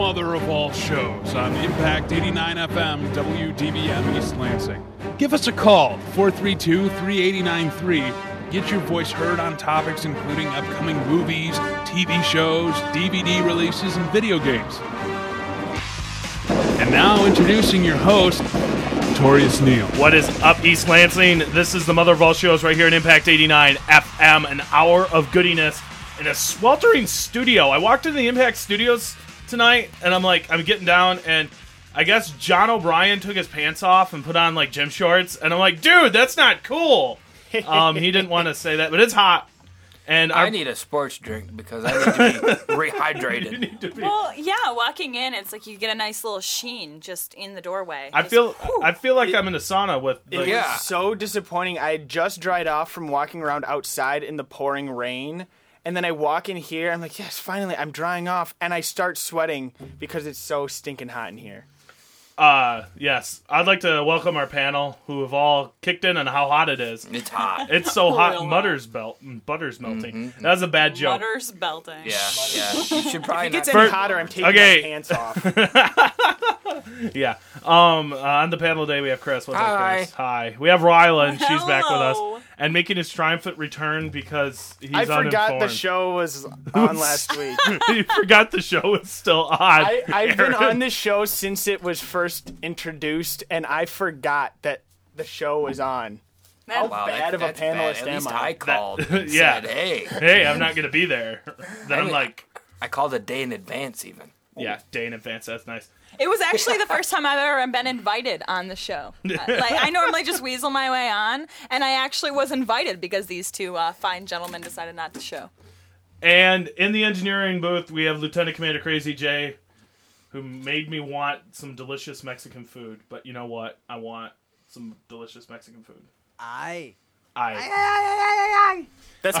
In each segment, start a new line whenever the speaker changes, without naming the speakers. Mother of all shows on Impact 89 FM, WDBM East Lansing. Give us a call, 432 3893. Get your voice heard on topics including upcoming movies, TV shows, DVD releases, and video games. And now introducing your host, Torius Neal.
What is up, East Lansing? This is the mother of all shows right here at Impact 89 FM, an hour of goodiness in a sweltering studio. I walked into the Impact Studios tonight and I'm like, I'm getting down, and I guess John O'Brien took his pants off and put on like gym shorts, and I'm like, dude, that's not cool. Um, he didn't want to say that, but it's hot. And
I
our-
need a sports drink because I need to be rehydrated.
need to be-
Well, yeah, walking in, it's like you get a nice little sheen just in the doorway.
I
Just-
feel I feel like I'm in a sauna with
It
like,
Yeah.
was so disappointing. I had just dried off from walking around outside in the pouring rain. And then I walk in here. I'm like, yes, finally, I'm drying off. And I start sweating because it's so stinking hot in here.
uh yes. I'd like to welcome our panel who have all kicked in on how hot it is.
It's hot.
It's so hot,
Real
mutter's belt, butter's
Mm-hmm.
melting. That was a bad joke.
Butters belting.
Yeah, yeah. You should probably
If it gets
not.
any
Bert-
hotter, I'm taking
Okay.
my pants off.
Yeah. Um, uh, on the panel today we have Chris. What's
Hi.
up, Chris? Hi. We have Ryla, and she's back with us
Hello.
and making his triumphant return because he's
I forgot
uninformed.
the show was on last week.
he forgot the show was still on.
I, I've been
Aaron.
on this show since it was first introduced, and I forgot that the show was on.
That-
Oh, wow,
bad
that-
of a
that's
panelist
bad. At least
am I.
I called. and
Yeah.
said, Hey,
Hey, I'm not gonna be there. Then I'm
mean-
like,
I called a day in advance even.
yeah, day in advance. That's nice.
It was actually the first time I've ever been invited on the show. Uh, like I normally just weasel my way on, and I actually was invited because these two uh, fine gentlemen decided not to show.
And in the engineering booth, we have Lieutenant Commander Crazy J, who made me want some delicious Mexican food. But you know what? I want some delicious Mexican food.
I.
I uh,
That's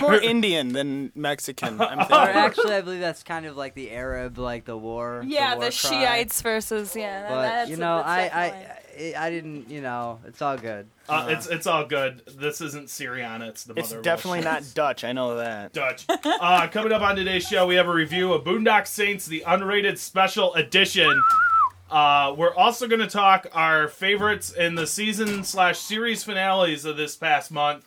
more Indian than Mexican. I'm
Or
thinking.
actually, I believe that's kind of like the Arab, like the war.
Yeah,
war
the,
cry.
Shiites versus yeah. that-
But
that's,
you know,
that's
I,
definitely-
I, I, I didn't. You know, it's all good.
uh, it's it's all good. This isn't Syriana. It's the mother.
It's
of all
definitely
shit.
not Dutch. I know that.
Dutch. Uh, coming up on today's show, we have a review of Boondock Saints: The Unrated Special Edition. Uh, we're also going to talk our favorites in the season slash series finales of this past month.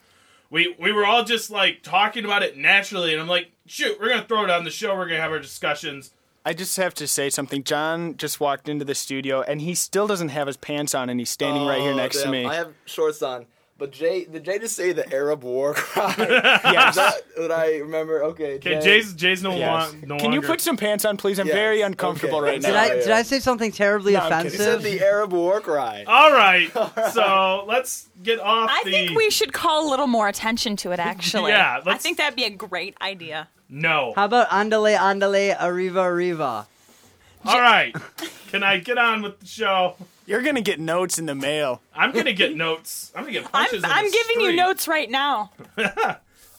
We we were all just like talking about it naturally, and I'm like, shoot, we're going to throw it on the show. We're going to have our discussions.
I just have to say something. John just walked into the studio and he still doesn't have his pants on and he's standing right here
Oh,
next to
damn,
me.
I have shorts on. But Jay, did Jay just say the Arab War cry?
Yes.
Is that what I remember? Okay.
Okay,
Jay.
Jay's Jay's no,
Yes.
lon- no
Can you
longer-
put some pants on, please? I'm
Yes.
very uncomfortable
Okay.
right
Did
Did
now.
I,
yeah.
did I say something terribly
Oh, I'm kidding.
He said
offensive?
the Arab War cry.
Oh.
All right, so let's get off
I
the.
think we should call a little more attention to it. Actually,
Yeah,
I
let's-
think that'd be a great idea.
no.
How about andale andale arriva arriva?
All right, can I get on with the show?
You're gonna get notes in the mail.
I'm gonna get notes. I'm gonna get
I'm,
punches. in
I'm
the
giving you
street.
notes right now.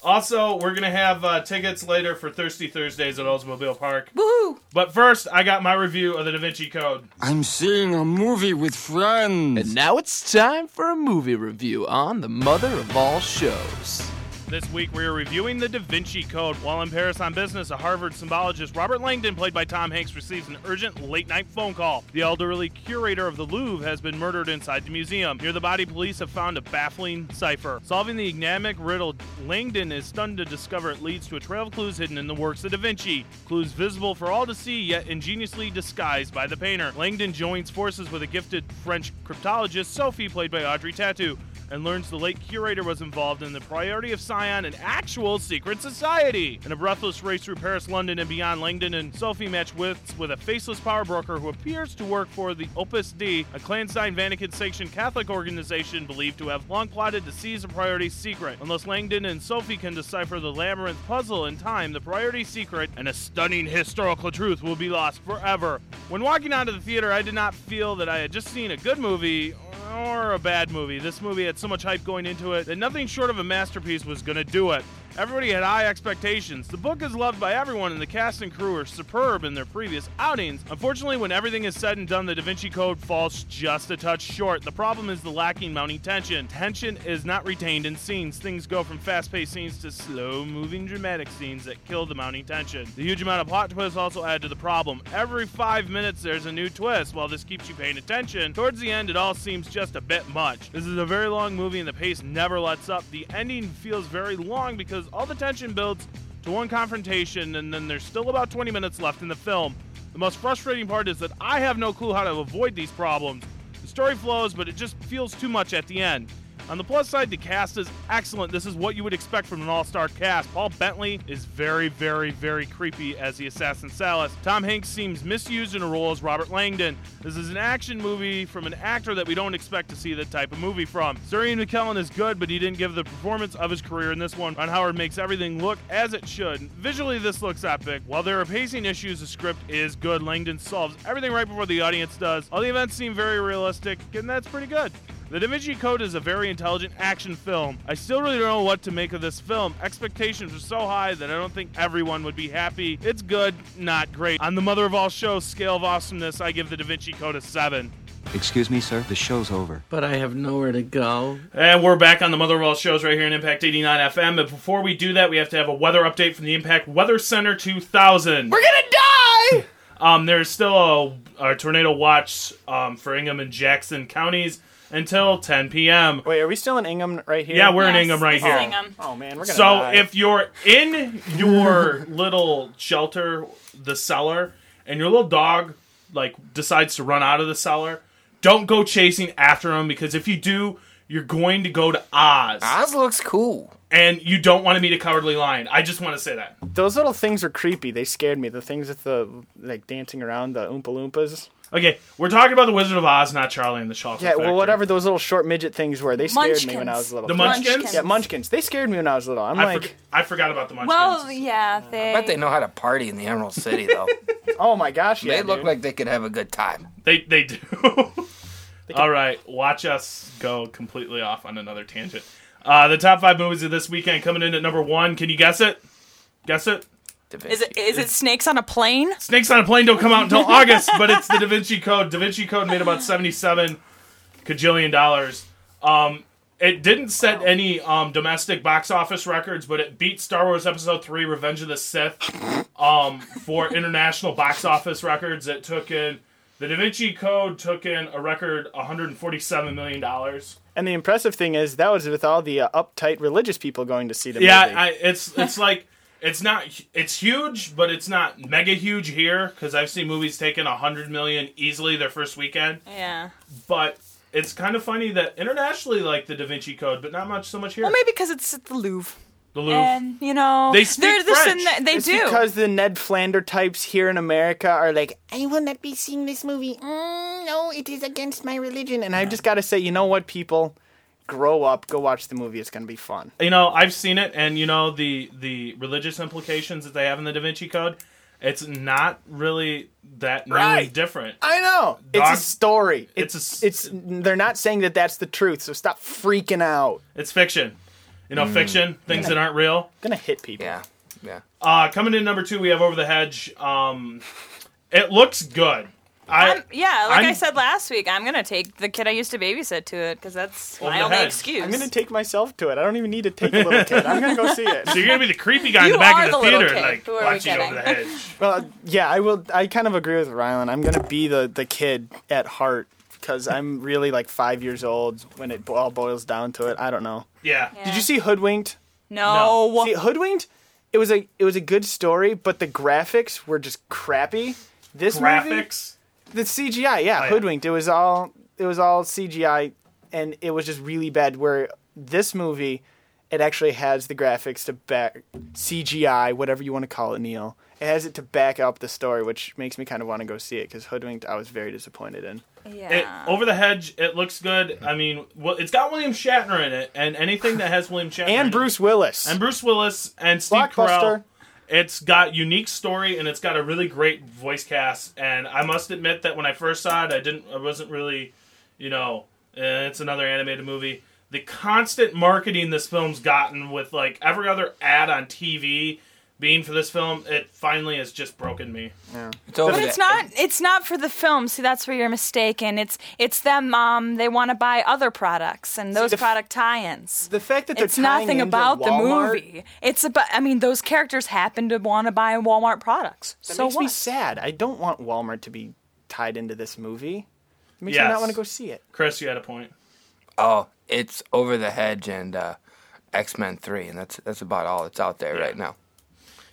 Also, we're gonna have uh, tickets later for Thirsty Thursdays at Oldsmobile Park.
Woohoo!
But first, I got my review of the Da Vinci Code.
I'm seeing a movie with friends.
And now it's time for a movie review on the mother of all shows.
This week, we are reviewing the Da Vinci Code. While in Paris on business, a Harvard symbologist, Robert Langdon, played by Tom Hanks, receives an urgent late night phone call. The elderly curator of the Louvre has been murdered inside the museum. Near the body, police have found a baffling cipher. Solving the enigmatic riddle, Langdon is stunned to discover it leads to a trail of clues hidden in the works of Da Vinci. Clues visible for all to see, yet ingeniously disguised by the painter. Langdon joins forces with a gifted French cryptologist, Sophie, played by Audrey Tautou and learns the late curator was involved in the priority of Scion, an actual secret society. In a breathless race through Paris, London, and beyond, Langdon and Sophie match wits with a faceless power broker who appears to work for the Opus Dei, a clandestine Vatican-sanctioned Catholic organization believed to have long plotted to seize the priority secret. Unless Langdon and Sophie can decipher the labyrinth puzzle in time, the priority secret and a stunning historical truth will be lost forever. When walking out of the theater, I did not feel that I had just seen a good movie or a bad movie. This movie had so much hype going into it that nothing short of a masterpiece was going to do it. Everybody had high expectations. The book is loved by everyone, and the cast and crew are superb in their previous outings. Unfortunately, when everything is said and done, the Da Vinci Code falls just a touch short. The problem is the lacking mounting tension. Tension is not retained in scenes. Things go from fast paced scenes to slow moving dramatic scenes that kill the mounting tension. The huge amount of plot twists also add to the problem. Every five minutes, there's a new twist. While this keeps you paying attention, towards the end, it all seems just a bit much. This is a very long movie, and the pace never lets up. The ending feels very long because all the tension builds to one confrontation, and then there's still about 20 minutes left in the film. The most frustrating part is that I have no clue how to avoid these problems. The story flows, but it just feels too much at the end. On the plus side, the cast is excellent. This is what you would expect from an all star cast. Paul Bentley is very, very, very creepy as the assassin Salas. Tom Hanks seems misused in a role as Robert Langdon. This is an action movie from an actor that we don't expect to see that type of movie from. Surian McKellen is good, but he didn't give the performance of his career in this one. Ron Howard makes everything look as it should. Visually, this looks epic. While there are pacing issues, the script is good. Langdon solves everything right before the audience does. All the events seem very realistic, and that's pretty good. The Da Vinci Code is a very intelligent action film. I still really don't know what to make of this film. Expectations were so high that I don't think everyone would be happy. It's good, not great. On the mother of all shows scale of awesomeness, I give The Da Vinci Code a 7.
Excuse me, sir. The show's over.
But I have nowhere to go.
And we're back on the Mother of All Shows right here in Impact 89 FM. And before we do that, we have to have a weather update from the Impact Weather Center 2000. We're
gonna die!
Um, there's still a, a tornado watch um, for Ingham and Jackson counties until 10 p.m.
Wait, are we still in Ingham right here?
Yeah, we're in Ingham right
this
here.
is Ingham. Oh man, we're gonna
so
die.
if you're in your little shelter, the cellar, and your little dog like decides to run out of the cellar, don't go chasing after him because if you do, you're going to go to Oz.
Ah.
Oz
looks cool.
And you don't want to meet a cowardly lion. I just want to say that.
Those little things are creepy. They scared me. The things with the like dancing around the oompa loompas.
Okay, we're talking about the Wizard of Oz, not Charlie and the Chocolate
Yeah, well,
Factory.
whatever those little short midget things were, they scared me when I
Munchkins.
was little.
The Munchkins?
Yeah, munchkins. They scared me when I was little. I'm
I,
like,
forg- I forgot about the Munchkins.
Well, yeah, they.
bet they know how to party in the Emerald City, though.
oh my gosh,
They look like they could have a good time.
They they do. All right, watch us go completely off on another tangent. Uh, the top five movies of this weekend coming in at number one. Can you guess it? Guess it.
Is it is it snakes on a plane?
Snakes on a Plane don't come out until August, but it's the Da Vinci Code. Da Vinci Code made about seventy-seven cajillion dollars. Um, it didn't set any um, domestic box office records, but it beat Star Wars Episode Three: Revenge of the Sith um, for international box office records. It took in the Da Vinci Code took in a record one hundred forty-seven million dollars.
And the impressive thing is that was with all the uh, uptight religious people going to see the
yeah,
movie.
I, it's it's like it's not it's huge, but it's not mega huge here because I've seen movies taking a hundred million easily their first weekend.
Yeah.
But it's kind of funny that internationally, like the Da Vinci Code, but not much so much here.
Well, maybe because it's at the Louvre.
the Louvre.
And you know,
They speak
they're this
French.
and that- they
it's
do.
because the Ned Flander types here in America are like,
I will not be seeing this movie. Mm, no, it is against my religion.
and I've just got to say, you know what, people, grow up, go watch the movie. It's gonna be fun.
You know, I've seen it, and you know the the religious implications that they have in the Da Vinci Code. It's not really that really
Right.
different.
I know
Doc-
it's a story.
It's a
It's it's they're not saying that that's the truth. So stop freaking out.
It's fiction. You know,
Mm.
fiction, things that aren't real.
Gonna hit people.
Yeah, yeah.
Uh, coming in number two, we have Over the Hedge. Um, it looks good. I
I'm- yeah, like i
I'm-
said last week, I'm gonna take the kid I used to babysit to it because that's
Over
my
the
only
hedge.
excuse.
I'm gonna take myself to it. I don't even need to take a little kid. I'm gonna go see it.
So you're gonna be the creepy guy in
You
the back
are
of the,
the little
theater,
kid.
like
Who are we
watching
kidding?
Over the Hedge.
Well, yeah, I will. I kind of agree with Rylan. I'm gonna be the the kid at heart because I'm really like five years old when it all boils down to it. I don't know.
Yeah.
Did you see Hoodwinked?
No.
See, Hoodwinked. It was a it was a good story, but the graphics were just crappy. This
Graphics?
movie, the CGI, yeah,
Oh, yeah.
Hoodwinked. It was all it was all CGI, and it was just really bad. Where this movie, it actually has the graphics to back CGI, whatever you want to call it, Neil. It has it to back up the story, which makes me kind of want to go see it because Hoodwinked, I was very disappointed in.
It, over the hedge, it looks good. I mean, well, it's got William Shatner in it, and anything that has William Shatner
And
in
Bruce Willis.
it, and Bruce Willis and Steve Carell,
Blockbuster.
it's got unique story and it's got a really great voice cast. And I must admit that when I first saw it, I didn't, I wasn't really, you know, eh, it's another animated movie. the constant marketing this film's gotten with like every other ad on TV being for this film, it finally has just broken me.
Yeah.
But it's not. It's not for the film. See, that's where you're mistaken. It's it's them. Um, they want to buy other products and those
the f-
product tie-ins.
The fact that they're
it's
tying
nothing
into
about
Walmart-
the movie. It's about. I mean, those characters happen to want to buy Walmart products.
That
so
makes
what?
me sad. I don't want Walmart to be tied into this movie. It makes me
Yes.
not want to go see it.
Chris, you had a point.
Oh, it's Over the Hedge and uh, X Men Three, and that's that's about all that's out there right now.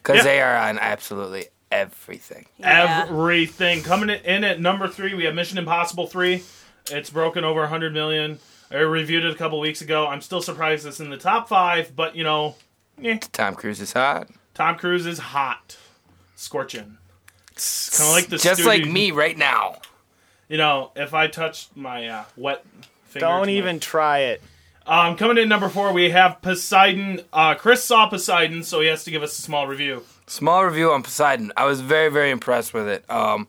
Because
Yeah.
they are on absolutely everything.
Everything coming in at number three, we have Mission Impossible Three. It's broken over 100 million. I reviewed it a couple weeks ago. I'm still surprised it's in the top five, but you know,
Tom Cruise is hot.
Tom Cruise is hot, scorching. Kind of like the
Just
Stooges.
like me right now.
You know, if I touched my uh, wet finger, to
Don't
my-
even try it.
Um, coming in at number four, we have Poseidon. Uh, Chris saw Poseidon, so he has to give us a small review.
Small review on Poseidon. I was very, very impressed with it. Um,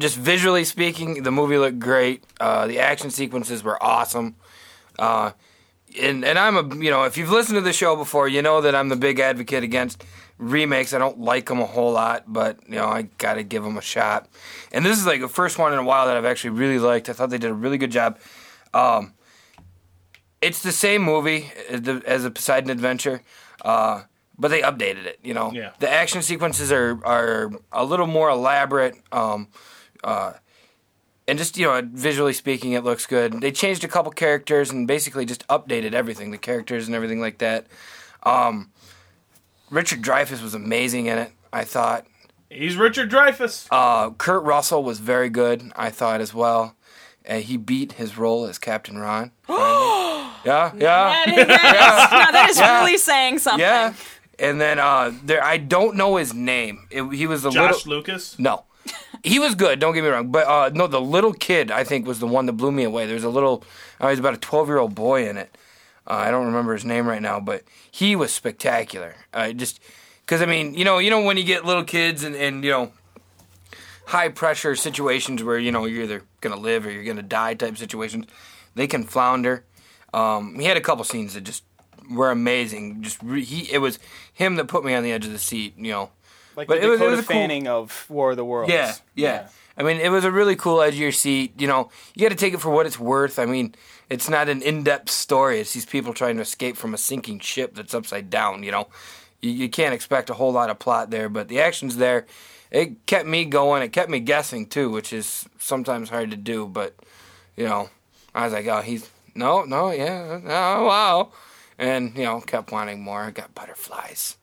just visually speaking, the movie looked great. Uh, the action sequences were awesome. Uh, and, and I'm a, you know, if you've listened to the show before, you know that I'm the big advocate against remakes. I don't like them a whole lot, but, you know, I got to give them a shot. And this is like the first one in a while that I've actually really liked. I thought they did a really good job. Um, it's the same movie as the, as the Poseidon Adventure, uh, but they updated it. You know,
Yeah.
the action sequences are are a little more elaborate, um, uh, and just you know, visually speaking, it looks good. They changed a couple characters and basically just updated everything, the characters and everything like that. Um, Richard Dreyfuss was amazing in it. I thought
he's Richard Dreyfuss.
Uh, Kurt Russell was very good. I thought as well. Uh, he beat his role as Captain Ron. Yeah, yeah.
That is- that is- no, that is
Yeah.
really saying something.
Yeah. And then uh, there, I don't know his name. It, he was the
Josh
little,
Lucas.
No, he was good. Don't get me wrong, but uh, no, the little kid I think was the one that blew me away. There's a little, uh, he's about a 12 year old boy in it. Uh, I don't remember his name right now, but he was spectacular. Uh, just because I mean, you know, you know when you get little kids and, and you know high pressure situations where you know you're either gonna live or you're gonna die type situations, they can flounder. Um, he had a couple scenes that just were amazing. Just re- he, it was him that put me on the edge of the seat. You know,
Like
But
the
it was- it
Dakota
was a cool-
Fanning of War of the Worlds.
yeah, yeah, I mean, it was a really cool edge of your seat. You know, you got to take it for what it's worth. I mean, it's not an in-depth story. It's these people trying to escape from a sinking ship that's upside down. You know, you, you can't expect a whole lot of plot there, but the action's there. It kept me going. It kept me guessing too, which is sometimes hard to do. But you know, I was like, oh, he's no, no, yeah, oh, wow, and you know, kept wanting more. I got butterflies.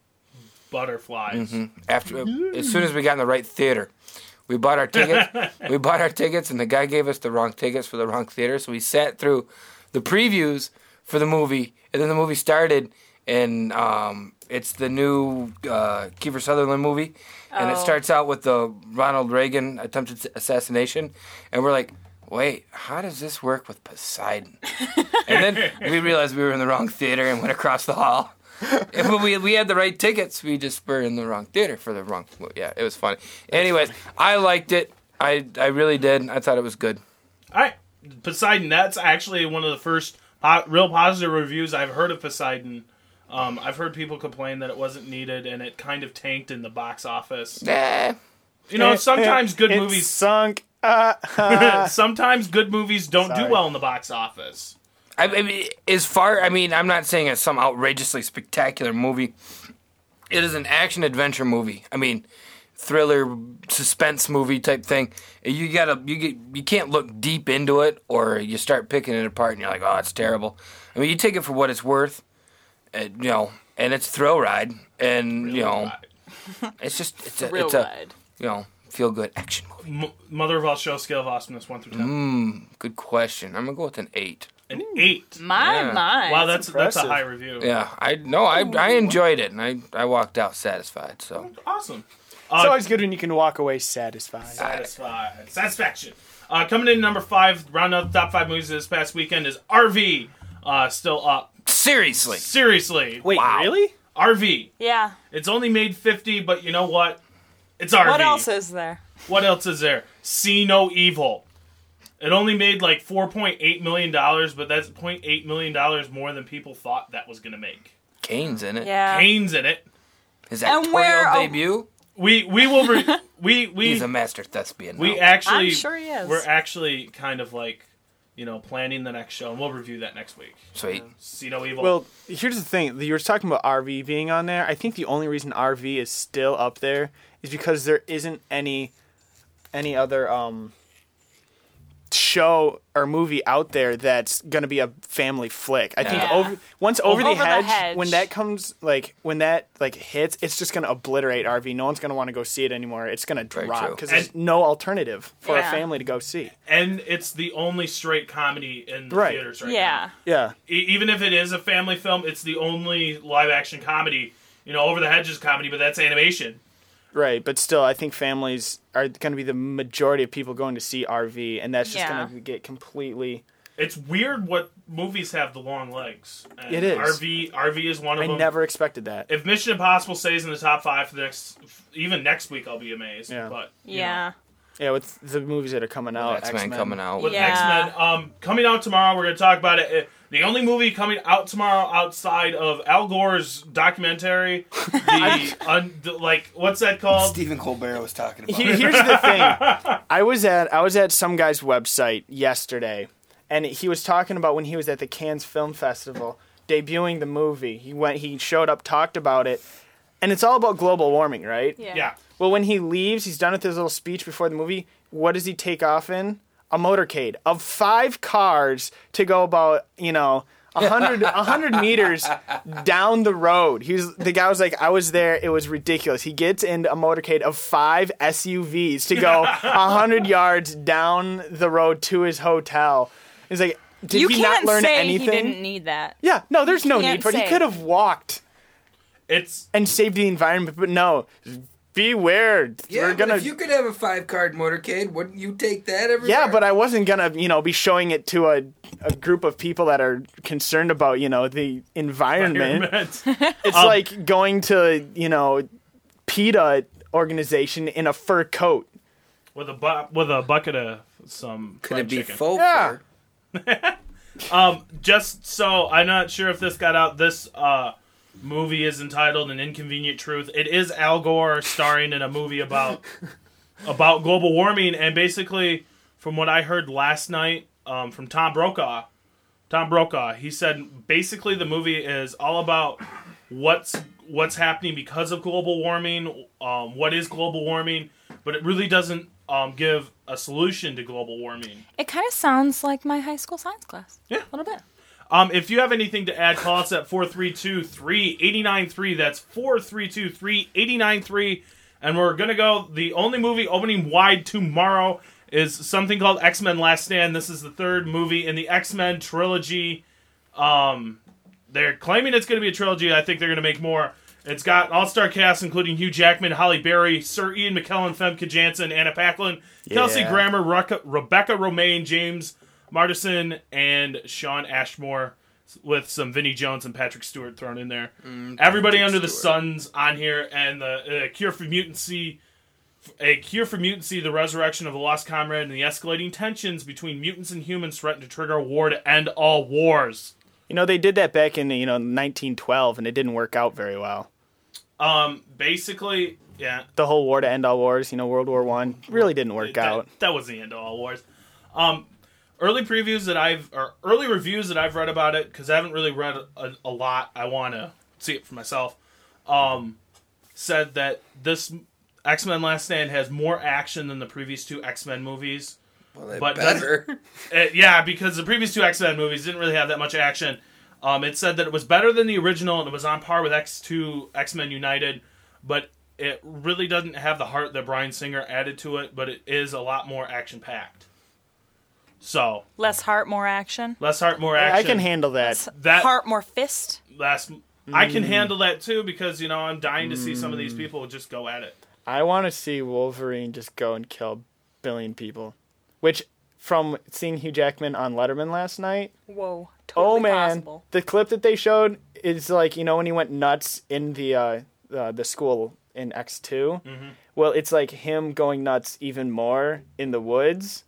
Butterflies.
Mhm. After as soon as we got in the right theater, we bought our tickets. we bought our tickets, and the guy gave us the wrong tickets for the wrong theater. So we sat through the previews for the movie, and then the movie started, and um, it's the new uh, Kiefer Sutherland movie, and it
Oh.
starts out with the Ronald Reagan attempted s- assassination, and we're like. Wait, how does this work with Poseidon? and then we realized we were in the wrong theater and went across the hall. Yeah, but we we had the right tickets. We just were in the wrong theater for the wrong. well, Yeah, it was funny. Anyways, I liked it. I I really did. I thought it was good.
All right, Poseidon. That's actually one of the first po- real positive reviews I've heard of Poseidon. Um, I've heard people complain that it wasn't needed and it kind of tanked in the box office. You know, sometimes good
It
movies-
sunk. Uh, Eh, uh.
Sometimes good movies don't
Sorry.
do well in the box office.
I, I mean, as far I mean, I'm not saying it's some outrageously spectacular movie. It is an action adventure movie. I mean, thriller suspense movie type thing. You gotta you get you can't look deep into it or you start picking it apart and you're like, oh, it's terrible. I mean, you take it for what it's worth. And, you know, and it's thrill ride, and you
Uh,
know, it's just it's a
Thrill
it's a
ride.
you know feel good action movie.
M- Mother of all show scale of awesomeness one through ten.
Mm, good question. I'm gonna go with an eight.
An eight.
My
Yeah.
my.
Wow, that's that's a high review.
Yeah, I no, I I enjoyed it, and I I walked out satisfied. So
Awesome. Uh,
it's always good when you can walk away satisfied.
Satisfied. Satisfaction. Uh, coming in number five, round out the top five movies of this past weekend is RV. Uh, still up.
Seriously.
Seriously.
Wait, really?
RV.
Yeah.
It's only made fifty, but you know what? It's RV.
What else is there?
What else is there? See no evil. It only made like four point eight million dollars, but that's 0.8 million dollars more than people thought that was gonna make.
Kane's in it.
Uh,
Yeah. Kane's in it.
His And where- actorial oh. debut?
We we will re- we we
He's a master thespian.
We
now.
actually
I'm sure he is.
We're actually kind of like you know planning the next show, and we'll review that next week.
Sweet.
See no evil.
Well, here's the thing. You were talking about RV being on there. I think the only reason RV is still up there is because there isn't any any other um show or movie out there that's going to be a family flick. I think
Yeah.
over once over, the,
Over the
hedge,
Hedge.
when that comes like when that like hits, it's just going to obliterate RV. No one's going to want to go see it anymore. It's going to
true.
drop cuz
And-
there's no alternative for
Yeah.
a family to go see.
and it's the only straight comedy in the
Right.
theaters right now.
yeah.
Yeah.
E- even if it is a family film, it's the only live action comedy. You know, Over the Hedge is comedy, but that's animation.
Right, but still, I think families are going to be the majority of people going to see RV, and that's just
Yeah.
going to get completely.
It's weird what movies have the long legs. And
It is.
RV RV is one of
I
them.
never expected that.
If Mission Impossible stays in the top five for the next, even next week, I'll be amazed.
Yeah.
But you
Yeah.
Yeah, with the movies that are coming out,
X-Men coming out.
with
Yeah.
X Men. Um, coming out tomorrow, we're going to talk about it. Uh, The only movie coming out tomorrow outside of Al Gore's documentary, the, un, the like what's that called?
Stephen Colbert was talking about.
Here- Here's the thing. I was at I was at some guy's website yesterday, and he was talking about when he was at the Cannes Film Festival debuting the movie. He went, he showed up, talked about it, and it's all about global warming, right?
Yeah. Yeah.
Well, when he leaves, he's done with his little speech before the movie. What does he take off in? A motorcade of five cars to go about, you know, a hundred a hundred meters down the road. He was the guy was like, I was there. It was ridiculous. He gets into a motorcade of five SUVs to go a hundred yards down the road to his hotel. He's like, did
you
he not
can't
learn
say
anything?
he didn't need that.
Yeah, no, there's
You
no
can't
need for it. He
say.
could have walked.
It's
and saved the environment, but no. Beware.
Yeah,
We're
but
gonna.
if you could have a five card motorcade, wouldn't you take that every?
yeah, but I wasn't gonna, you know, be showing it to a, a group of people that are concerned about, you know, the environment. It's
Um,
like going to, you know, PETA organization in a fur coat.
with a bu- with a bucket of some. Could
it be
faux fur? um, just so I'm not sure if this got out. This uh, movie is entitled "An Inconvenient Truth." It is Al Gore starring in a movie about about global warming, and basically, from what I heard last night um, from Tom Brokaw, Tom Brokaw, he said basically the movie is all about what's what's happening because of global warming, um, what is global warming, but it really doesn't um, give a solution to global warming.
It kind of sounds like my high school science class. Yeah. A little bit.
Um, if you have anything to add, call us at 432-3893. That's 432-3893. And we're going to go. The only movie opening wide tomorrow is something called X-Men Last Stand. This is the third movie in the X-Men trilogy. Um, they're claiming it's going to be a trilogy. I think they're going to make more. It's got all-star cast including Hugh Jackman, Holly Berry, Sir Ian McKellen, Femke Jansen, Anna Paquin, Kelsey
Yeah.
Grammer, Rucka, Rebecca Romaine, James Martison, and Sean Ashmore, with some Vinnie Jones and Patrick Stewart thrown in there. Everybody under the sun's on here, and the uh, cure for mutancy, a cure for mutancy, the resurrection of a lost comrade, and the escalating tensions between mutants and humans threaten to trigger a war to end all wars.
You know, they did that back in, you know, 1912, and it didn't work out very well.
Um, basically, yeah,
The whole war to end all wars, you know, World War One, really didn't work out.
that was the end of all wars. Um, early previews that I've or early reviews that I've read about it because I haven't really read a, a lot. I want to see it for myself. Um, said that this X Men Last Stand has more action than the previous two X Men movies. Well,
they
better. Uh, yeah, because the previous two X Men movies didn't really have that much action. Um, it said that it was better than the original and it was on par with X Two X Men United, but it really doesn't have the heart that Brian Singer added to it. But it is a lot more action packed. So
Less heart, more action.
less heart, more
I-
action.
I can handle that.
That
heart, more fist.
last. I can
Mm.
handle that too because you know I'm dying to see some of these people just go at it.
I want to see Wolverine just go and kill a billion people, which from seeing Hugh Jackman on Letterman last night.
Whoa.
oh man, the clip that they showed is like you know when he went nuts in the uh, uh the school in X 2
Mhm.
Well, it's like him going nuts even more in the woods.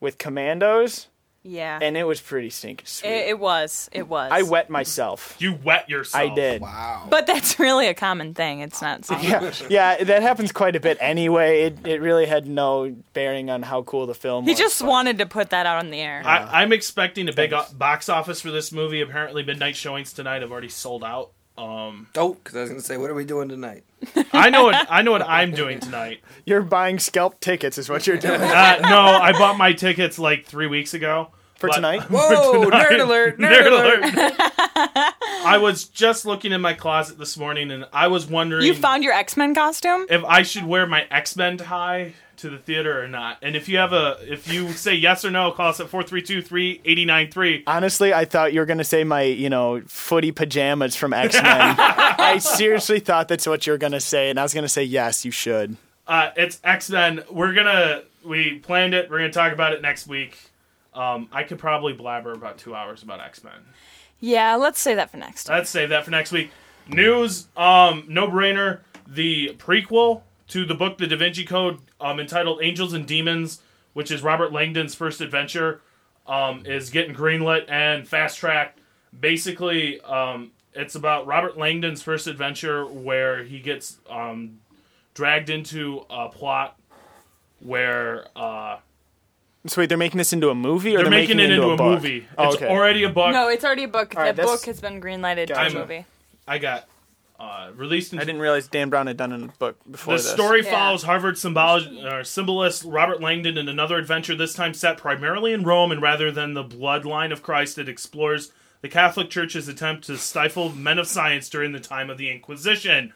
with Commandos,
Yeah.
and it was pretty stinking sweet.
it, it was. It was.
I wet myself.
You wet yourself.
I did.
Wow.
But that's really a common thing. It's not. so
Yeah,
much.
yeah, that happens quite a bit anyway. It, it really had no bearing on how cool the film
He
was.
just wanted to put that out on the air.
I, I'm expecting a big o- box office for this movie. Apparently, midnight showings tonight have already sold out. Um,
Dope, because I was going to say, what are we doing tonight?
I know what I know what I'm doing tonight.
You're buying scalp tickets, is what you're doing.
Uh, no, I bought my tickets like three weeks ago
For
but-
tonight?
for
Whoa,
tonight.
nerd alert, nerd
I was just looking in my closet this morning, and I was wondering
you found your X Men costume.
if I should wear my X Men tie to the theater or not. And if you have a, if you say yes or no, call us at four three two three eighty nine three.
Honestly, I thought you were going to say my, you know, footy pajamas from X Men. I seriously thought that's what you were going to say, and I was going to say, yes, you should.
Uh, it's X Men. We're gonna we planned it. We're gonna talk about it next week. Um, I could probably blabber about two hours about X Men.
Yeah, let's say that for next.
Let's save that for next week. News, um, no brainer. The prequel to the book The Da Vinci Code, um, entitled Angels and Demons, which is Robert Langdon's first adventure, um, is getting greenlit and fast tracked. Basically, um, it's about Robert Langdon's first adventure where he gets um, dragged into a plot where uh,
So wait, they're making this into a movie, or
they're,
they're,
making, it into a,
book?
movie.
Oh,
It's
okay.
already a book.
No, it's already a book.
All right,
that
that's-
book has been greenlighted to
Gotcha.
a movie.
I got uh, released in
I didn't realize Dan Brown had done a book before
the
this.
story follows Harvard symbolo- or symbolist Robert Langdon in another adventure, this time set primarily in Rome, and rather than the bloodline of Christ, it explores the Catholic Church's attempt to stifle men of science during the time of the Inquisition.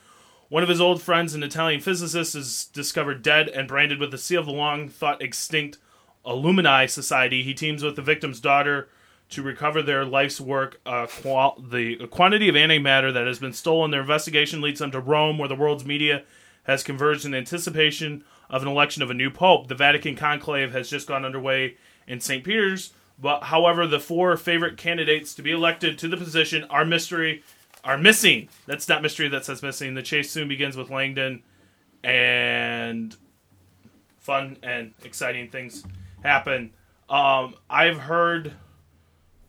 One of his old friends, an Italian physicist, is discovered dead and branded with the seal of the long thought extinct Illumini Society. He teams with the victim's daughter to recover their life's work, uh, qua the quantity of antimatter that has been stolen. Their investigation leads them to Rome, where the world's media has converged in anticipation of an election of a new pope. The Vatican conclave has just gone underway in St. Peter's, but however, the four favorite candidates to be elected to the position are mystery are missing. That's not mystery that says missing. The chase soon begins with Langdon and fun and exciting things happen. Um, I've heard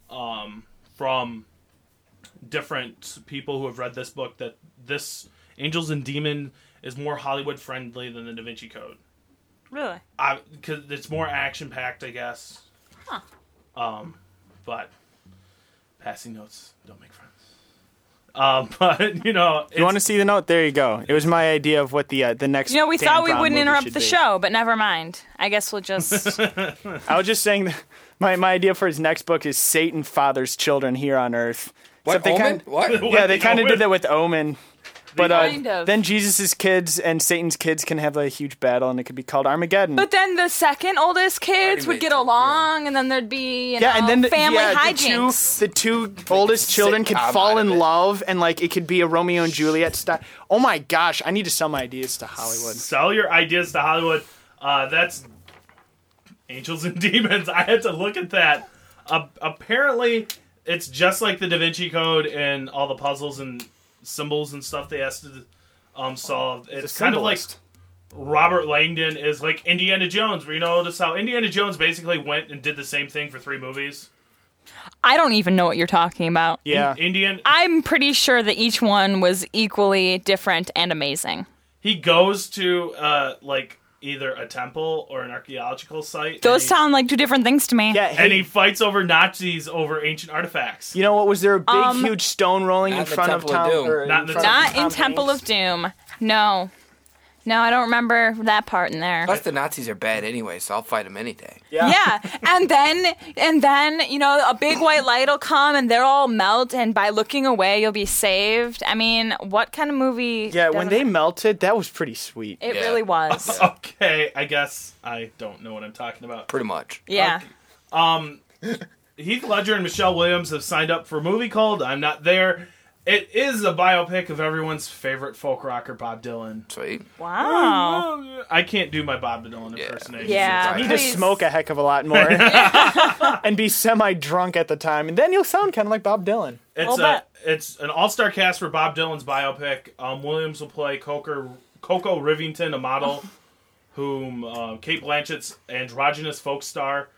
um, from different people who have read this book that this Angels and Demon is more Hollywood friendly than the Da Vinci Code.
Really?
I because it's more action packed, I guess.
Huh.
Um, but passing notes don't make friends. Um, but you know,
You want to see the note? There you go. It was my idea of what the uh, the next.
You know, we
Dan
thought we
Brown
wouldn't
movie
interrupt
should
the
be.
show, but never mind. I guess we'll just.
I was just saying, that my my idea for his next book is Satan fathers children here on earth.
What,
Except they
Omen?
kind-
What?
Yeah,
What,
they
the
kind of
Omen?
did that with Omen. But uh,
Kind of.
then Jesus' kids and Satan's kids can have a huge battle, and it could be called Armageddon.
but then the second oldest kids would get along, and then there'd be you know,
yeah, and then the,
family
yeah,
hijinks.
the two the two oldest children could
sitcom out
fall in love, and like it could be a Romeo and Juliet style. Oh my gosh, I need to sell my ideas to Hollywood.
Sell your ideas to Hollywood. Uh, that's Angels and Demons. I had to look at that. Uh, apparently, it's just like the Da Vinci Code and all the puzzles and symbols and stuff they asked to um, solve. It's kind of like
symbolist.
Robert Langdon is like Indiana Jones, where you notice how Indiana Jones basically went and did the same thing for three movies.
I don't even know what you're talking about.
In- Indian.
I'm pretty sure that each one was equally different and amazing.
He goes to uh, like either a temple or an archaeological site.
Those
and
sound like two different things to me.
he, and he fights over Nazis over ancient artifacts.
You know what? Was there a big,
Um,
huge stone rolling
Not
in
in the
front of
Temple of
Tom?
Doom.
or in
Not in the
front of
Not
Tom
in Temple of Doom. No. No, I don't remember that part in there.
Plus, the Nazis are bad anyway, so I'll fight them any day.
Yeah. And then and then, you know, a big white light'll come and they'll all melt and by looking away you'll be saved. I mean, what kind of movie
Yeah, when
doesn't-
they melted, that was pretty sweet.
It really was.
okay, I guess I don't know what I'm talking about.
Pretty much.
Yeah.
Um, Heath Ledger and Michelle Williams have signed up for a movie called "I'm Not There." It is a biopic of everyone's favorite folk rocker, Bob Dylan.
Sweet.
Wow.
I can't do my Bob Dylan impersonation.
I need to smoke a heck of a lot more and be semi drunk at the time, and then you'll sound kind of like Bob Dylan.
It's a, it's an all star cast for Bob Dylan's biopic. Um, Williams will play Coker, Coco Rivington, a model whom uh, Kate Blanchett's um, androgynous folk star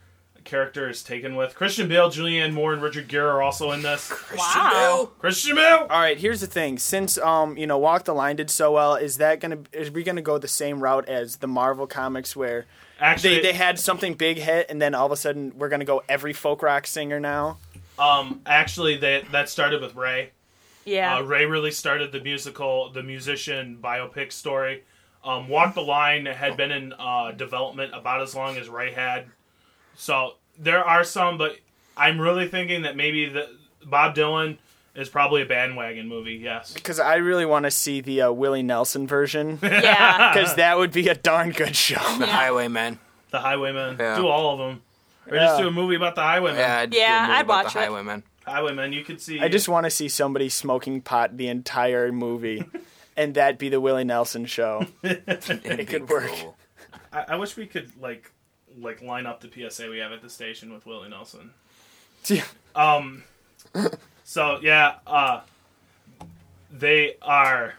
character is taken with. Christian Bale, Julianne Moore, and Richard Gere are also in this.
Christian Bale?
Christian Bale.
All right, here's the thing. Since um, you know, Walk the Line did so well, is that gonna is we gonna go the same route as the Marvel comics where
Actually-
they, they had something big hit and then all of a sudden we're gonna go every folk rock singer now?
Um, actually, that that started with Ray.
Yeah.
Uh, Ray really started the musical, the musician biopic story. Um, Walk the Line had been in uh, development about as long as Ray had, so there are some, but I'm really thinking that maybe the Bob Dylan is probably a bandwagon movie. Yes.
Because I really want to see the uh, Willie Nelson version.
Yeah.
Because that would be a darn good show.
The Highwaymen.
The Highwaymen.
Yeah.
Do all of them, or just
Yeah.
do a movie about the Highwaymen.
Yeah, I'd do a Yeah, movie I'd about the watch it.
Highwaymen.
Highwaymen. You could see.
I just want to see somebody smoking pot the entire movie, and that be the Willie Nelson show. it could work.
I, I wish we could like like line up the PSA we have at the station with Willie Nelson. Um. So yeah, uh, they are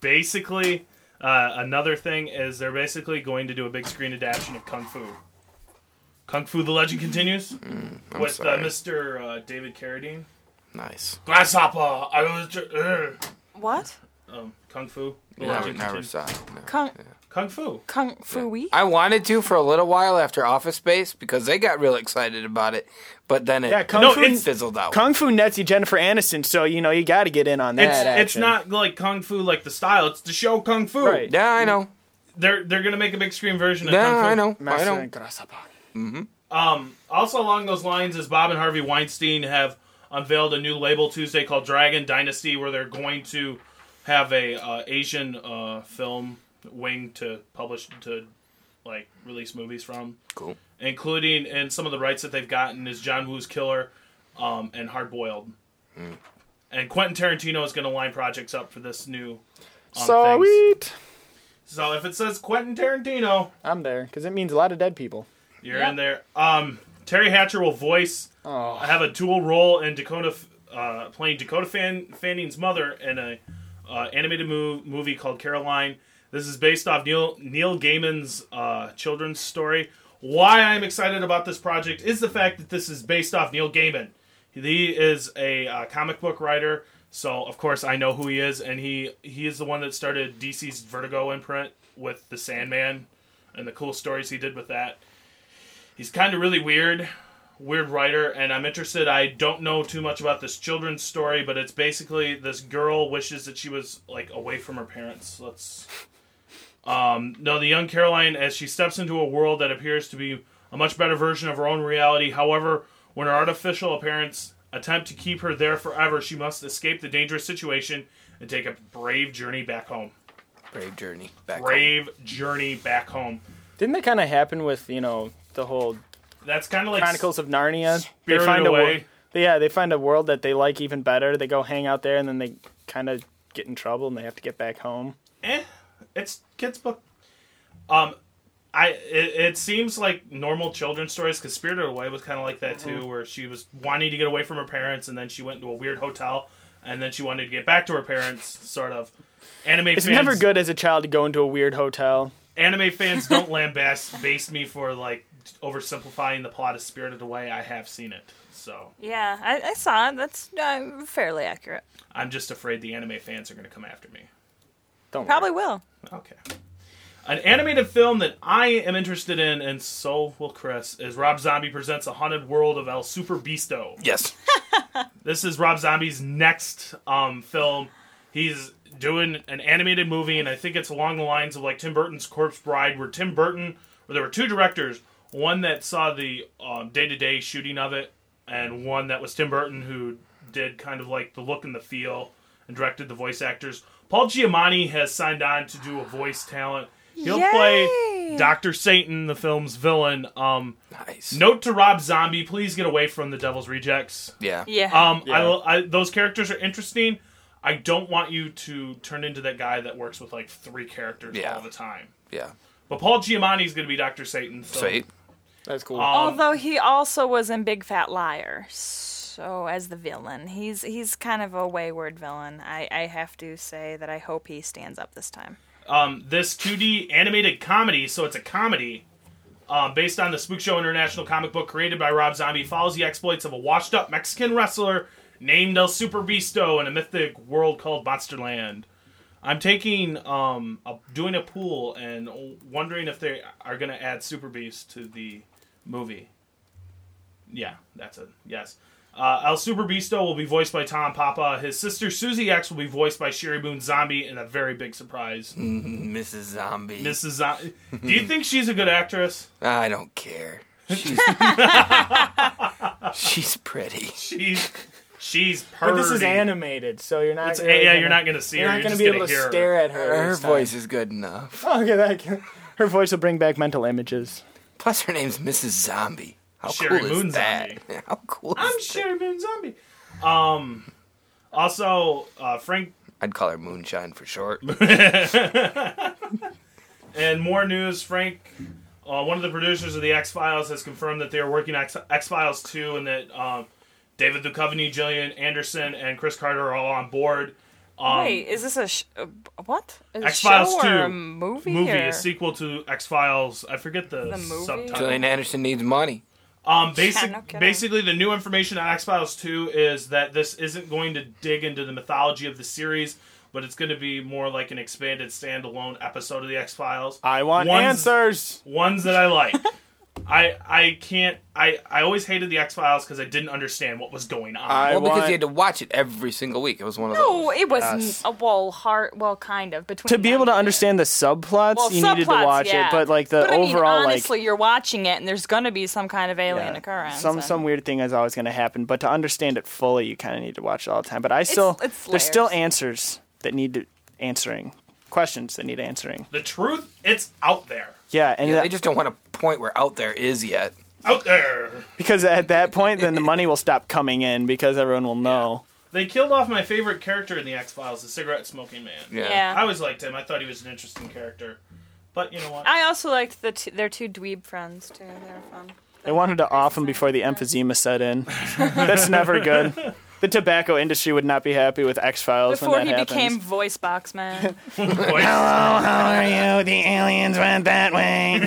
basically uh, another thing is they're basically going to do a big screen adaptation of Kung Fu. Kung Fu: The Legend Continues
Mm, I'm
with uh,
sorry.
Mr. Uh, David Carradine.
Nice.
Grasshopper, I was. Tr-
What?
um, Kung Fu. The
Yeah,
Legend
we never
Continues.
saw it, no.
Kung,
Kung Fu.
Kung Fu Wee?
I wanted to for a little while after Office Space because they got real excited about it, but then it
Yeah, Kung
no,
Fu-
it fizzled out.
Kung Fu Netsy Jennifer Aniston, so you know you got to get in on that.
It's, it's
action.
not like kung fu like the style. It's the show kung fu.
Right. Yeah, I know.
They're they're gonna make a big screen version of
Yeah,
kung fu.
I know. I know. Mm-hmm.
Um, also along those lines is Bob and Harvey Weinstein have unveiled a new label Tuesday called Dragon Dynasty, where they're going to have a uh, Asian uh, film wing to publish to like release movies from.
Cool.
Including and some of the rights that they've gotten is John Woo's Killer, um, and Hard Boiled.
Mm.
And Quentin Tarantino is going to line projects up for this new. Um, things.
Sweet.
So if it says Quentin Tarantino,
I'm there because it means a lot of dead people.
You're in there. Um, Terry Hatcher will voice. I have a dual role in Dakota, uh, playing Dakota Fan- Fanning's mother in a uh, animated mov- movie called Caroline. This is based off Neil Neil Gaiman's uh, children's story. Why I'm excited about this project is the fact that this is based off Neil Gaiman. He is a uh, comic book writer, so of course I know who he is, and he he is the one that started DC's Vertigo imprint with the Sandman and the cool stories he did with that he's kind of really weird weird writer and i'm interested i don't know too much about this children's story but it's basically this girl wishes that she was like away from her parents let's um no the young caroline as she steps into a world that appears to be a much better version of her own reality however when her artificial appearance attempt to keep her there forever she must escape the dangerous situation and take a brave journey back home
Brave Journey back
brave journey back home
Didn't that kind of happen with you know the whole
that's kind of like
Chronicles of Narnia? They
Spirited
find a world.
Away.
Yeah, they find a world that they like even better. They go hang out there, and then they kind of get in trouble, and they have to get back home.
eh, it's kids book. Um, I it, it seems like normal children's stories because Spirited Away was kind of like that
Mm-hmm.
too, where she was wanting to get away from her parents and then she went to a weird hotel and then she wanted to get back to her parents, sort of. Anime
It's
fans,
never good as a child to go into a weird hotel.
Anime fans don't lambast base me for like oversimplifying the plot of Spirited Away. I have seen it, so
Yeah, I, I saw it. That's uh, fairly accurate.
I'm just afraid the anime fans are going to come after me.
Don't
Probably will.
Okay. An animated film that I am interested in, and so will Chris, is Rob Zombie presents a haunted world of El Super Bisto.
Yes.
this is Rob Zombie's next um, film. He's doing an animated movie, and I think it's along the lines of like Tim Burton's Corpse Bride, where Tim Burton, where there were two directors, one that saw the day to day shooting of it, and one that was Tim Burton who did kind of like the look and the feel and directed the voice actors. Paul Giamatti has signed on to do a voice talent. He'll play Doctor Satan, the film's villain. Um,
nice.
Note to Rob Zombie: Please get away from the Devil's Rejects.
Yeah.
Yeah.
Um,
Yeah.
I, I, those characters are interesting. I don't want you to turn into that guy that works with like three characters
Yeah.
all the time.
Yeah.
But Paul Giamatti's going to be Doctor Satan. So.
Sweet.
That's cool.
Um,
Although he also was in Big Fat Liar, so as the villain, he's he's kind of a wayward villain. I, I have to say that I hope he stands up this time.
um, this 2D animated comedy, so it's a comedy, um, based on the Spook Show International comic book created by Rob Zombie, follows the exploits of a washed up Mexican wrestler named El Super Visto in a mythic world called Monsterland. I'm taking um, a, doing a pool and wondering if they are going to add Super Beast to the movie. Yeah, that's it. Yes. Uh, El Super Bisto will be voiced by Tom Papa. His sister Susie X will be voiced by Sherry Moon Zombie, and a very big surprise,
Mrs. Zombie.
Mrs. Zombie. Do you think she's a good actress?
I don't care. She's, she's pretty.
She's she's
But this is
purdy.
animated, so you're not.
It's-
really
yeah,
gonna,
you're not gonna see
You're
her,
not
you're
gonna
just
be
gonna
able to
hear her.
stare at her.
Her
this time.
voice is good enough.
Oh, okay, that can, her voice will bring back mental images.
Plus, her name's Mrs. Zombie. How
Sherry
cool
Moon
is that? How cool
I'm
is
Sherry Moon Zombie. Um, also uh, Frank
I'd call her Moonshine for short.
And more news, Frank, uh, one of the producers of the X Files, has confirmed that they are working on X Files 2 and that um, David Duchovny, Jillian Anderson, and Chris Carter are all on board. Um,
Wait, is this a, sh- a what? Is it a
X Files
show
2
or a movie? or-
a sequel to X Files. I forget the,
The movie?
subtitle.
Jillian Anderson needs money.
Um, basic,
no kidding.
basically, the new information on X Files 2 is that this isn't going to dig into the mythology of the series, but it's going to be more like an expanded standalone episode of the X Files.
I want answers.
Ones that I like. I I can't. I I always hated the X Files because I didn't understand what was going on.
well, because you had to watch it every single week. It was one of
No,
those.
it was
Yes.
n- a well, heart, well, kind of between
To be able to understand the subplots,
Well,
you needed to
subplots,
watch
yeah.
it, but like the
But I mean,
overall, like
honestly, you're watching it, and there's gonna be some kind of alien
Yeah.
occurrence.
Some
and-
some weird thing is always going to happen, but to understand it fully, you kind of need to watch it all the time. But I still,
it's
there's still answers that need to, answering, questions that need answering.
The truth, it's out there,
Yeah, and
Yeah,
that-
they just don't want to point where out there is yet.
out there.
because at that point, then the money will stop coming in because everyone will know.
They killed off my favorite character in the X Files, the cigarette smoking man.
Yeah.
Yeah.
I always liked him. I thought he was an interesting character. But you know what?
I also liked the t- their two dweeb friends too. They were fun.
They wanted to off him before the emphysema set in. That's never good. The tobacco industry would not be happy with X Files when
Before
that
he
happens.
became voice box man.
Hello, how are you? The aliens went that way.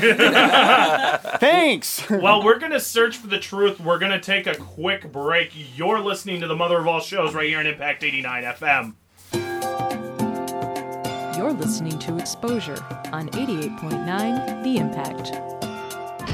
Thanks.
Well, we're going to search for the truth. We're going to take a quick break. You're listening to the mother of all shows right here on Impact 89 FM.
You're listening to Exposure on 88.9 The Impact.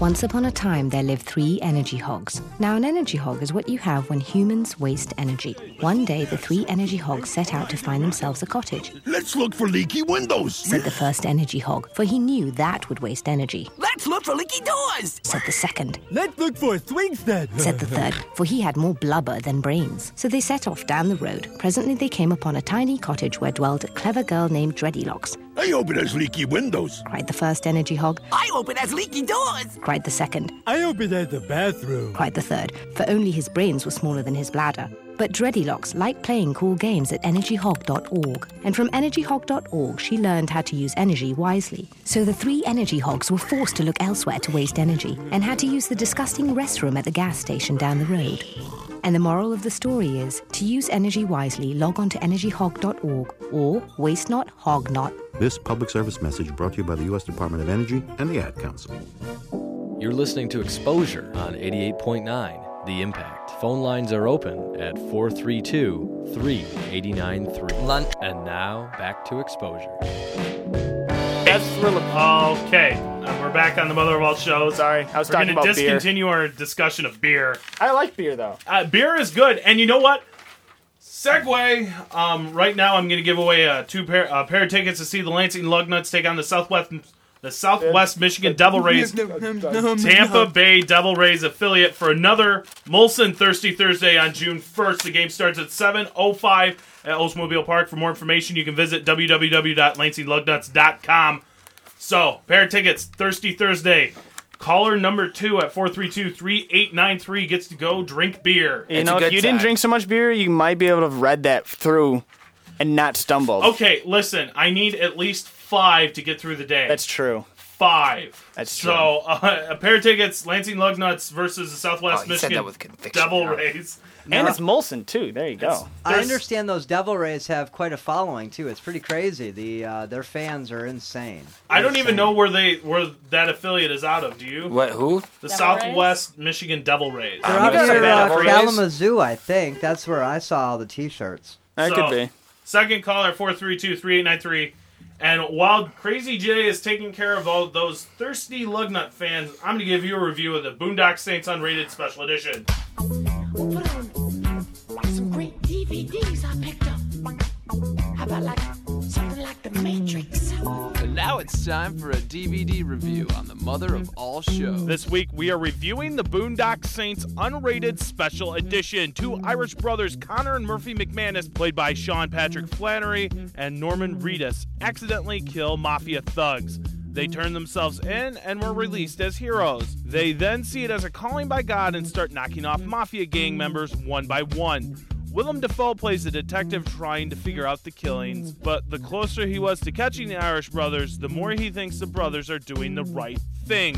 Once upon a time, there lived three energy hogs. Now, an energy hog is what you have when humans waste energy. One day, the three energy hogs set out to find themselves a cottage.
Let's look for leaky windows.
Said the first energy hog, for he knew that would waste energy.
Let's look for leaky doors.
Said the second.
Let's look for swings then.
Said the third, for he had more blubber than brains. So they set off down the road. Presently, they came upon a tiny cottage where dwelled a clever girl named Dreadylocks.
I hope it has leaky windows.
Cried the first energy hog,
I hope it has leaky doors.
cried the second,
I hope it has the bathroom.
cried the third, for only his brains were smaller than his bladder. But Dreadylocks liked playing cool games at energyhog.org, and from energyhog.org she learned how to use energy wisely. So the three energy hogs were forced to look elsewhere to waste energy, and had to use the disgusting restroom at the gas station down the road. And the moral of the story is to use energy wisely, log on to energyhog.org or waste not, hog not.
This public service message brought to you by the U.S. Department of Energy and the Ad Council.
You're listening to Exposure on 88.9 The Impact. Phone lines are open at 432 3893. And now back to Exposure.
That's Okay, uh, we're back on the mother of all shows. Sorry, I
was
we're
talking
gonna
about beer.
discontinue our discussion of beer.
I like beer though.
Uh, beer is good, and you know what? Segway. Um, right now, I'm gonna give away uh, two pair a pair of tickets to see the Lansing Lugnuts take on the Southwest the Southwest Michigan Devil Rays. Tampa Bay Devil Rays affiliate for another Molson Thirsty Thursday on June 1st. The game starts at 7.05 at Oldsmobile Park. For more information, you can visit www.lancinglugnuts.com. So, pair of tickets, Thirsty Thursday. Caller number two at 432-3893 gets to go drink beer.
You know, if you didn't drink so much beer, you might be able to have read that through. and not stumbled.
Okay, listen, I need at least five to get through the day.
That's true.
Five.
That's
so, uh, a pair of tickets, Lansing Lugnuts versus the Southwest
Oh, you said
Michigan
that with
conviction, Devil Rays.
And it's Molson too. There you go.
I understand those Devil Rays have quite a following too. It's pretty crazy. The uh, their fans are insane.
I don't even know where they where that affiliate is out of. Do you?
What? Who?
The
Devil
Southwest Michigan Devil Rays.
They're out near uh, Kalamazoo, I think. That's where I saw all the T-shirts.
So, Second caller, 432-3893. And while Crazy J is taking care of all those thirsty Lugnut fans, I'm going to give you a review of the Boondock Saints Unrated Special Edition.
Some great DVDs I picked up. How about like something like The Matrix?
And now it's time for a DVD review on the mother of all shows.
This week, we are reviewing the Boondock Saints Unrated Special Edition. Two Irish brothers, Connor and Murphy McManus, played by Sean Patrick Flannery and Norman Reedus, accidentally kill mafia thugs. They turn themselves in and were released as heroes. They then see it as a calling by God and start knocking off mafia gang members one by one. Willem Dafoe plays a detective trying to figure out the killings, but the closer he was to catching the Irish brothers, the more he thinks the brothers are doing the right thing.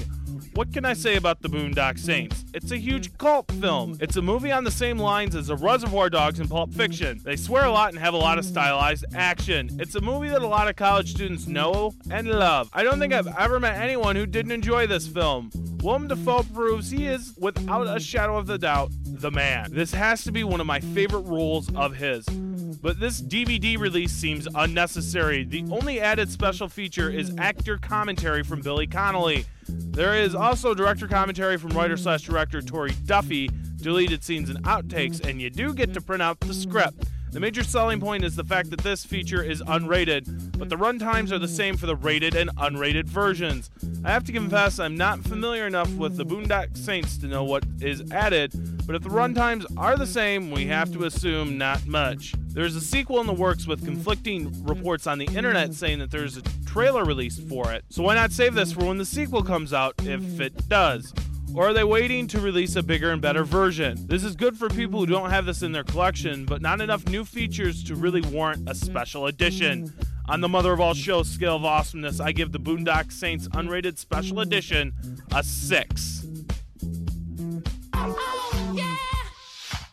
What can I say about the Boondock Saints? It's a huge cult film. It's a movie on the same lines as the Reservoir Dogs and Pulp Fiction. They swear a lot and have a lot of stylized action. It's a movie that a lot of college students know and love. I don't think I've ever met anyone who didn't enjoy this film. Willem Dafoe proves he is, without a shadow of a doubt, the man. This has to be one of my favorite roles of his. But this DVD release seems unnecessary. The only added special feature is actor commentary from Billy Connolly. There is also director commentary from writer slash director Tori Duffy, deleted scenes and outtakes, and you do get to print out the script. The major selling point is the fact that this feature is unrated, but the run times are the same for the rated and unrated versions. I have to confess, I'm not familiar enough with the Boondock Saints to know what is added, but if the run times are the same, we have to assume not much. There's a sequel in the works with conflicting reports on the internet saying that there's a trailer released for it, so why not save this for when the sequel comes out if it does? Or are they waiting to release a bigger and better version? This is good for people who don't have this in their collection, but not enough new features to really warrant a special edition. On the mother of all shows scale of awesomeness, I give the Boondock Saints Unrated Special Edition a 6.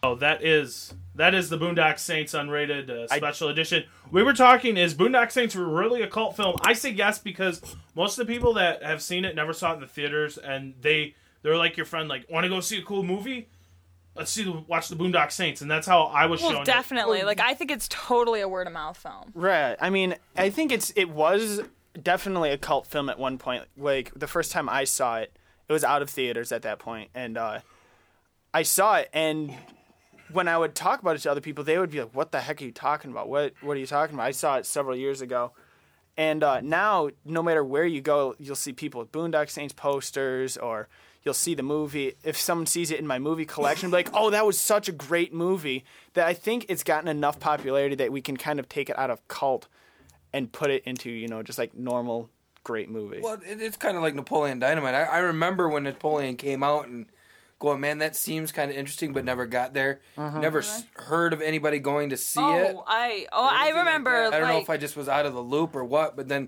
Oh, that is that is the Boondock Saints unrated uh, special edition. We were talking is Boondock Saints really a cult film? I say yes because most of the people that have seen it never saw it in the theaters, and they they're like your friend, like want to go see a cool movie. Let's see, the, watch the Boondock Saints, and that's how I was shown.
Well,
it.
definitely. Like, I think it's totally a word of mouth film.
Right. I mean, I think it's it was definitely a cult film at one point. Like the first time I saw it, it was out of theaters at that point, and uh, I saw it. And when I would talk about it to other people, they would be like, "What the heck are you talking about? What What are you talking about?" I saw it several years ago, and uh, now no matter where you go, you'll see people with Boondock Saints posters or. You'll see the movie. If someone sees it in my movie collection, be like, "Oh, that was such a great movie." That I think it's gotten enough popularity that we can kind of take it out of cult and put it into you know just like normal great movie.
Well, it, it's kind of like Napoleon Dynamite. I, I remember when Napoleon came out and going, man, that seems kind of interesting, but never got there.
Uh-huh.
Never s- heard of anybody going to see
oh,
uh, it.
I oh I remember.
I don't know
like-
if I just was out of the loop or what, but then,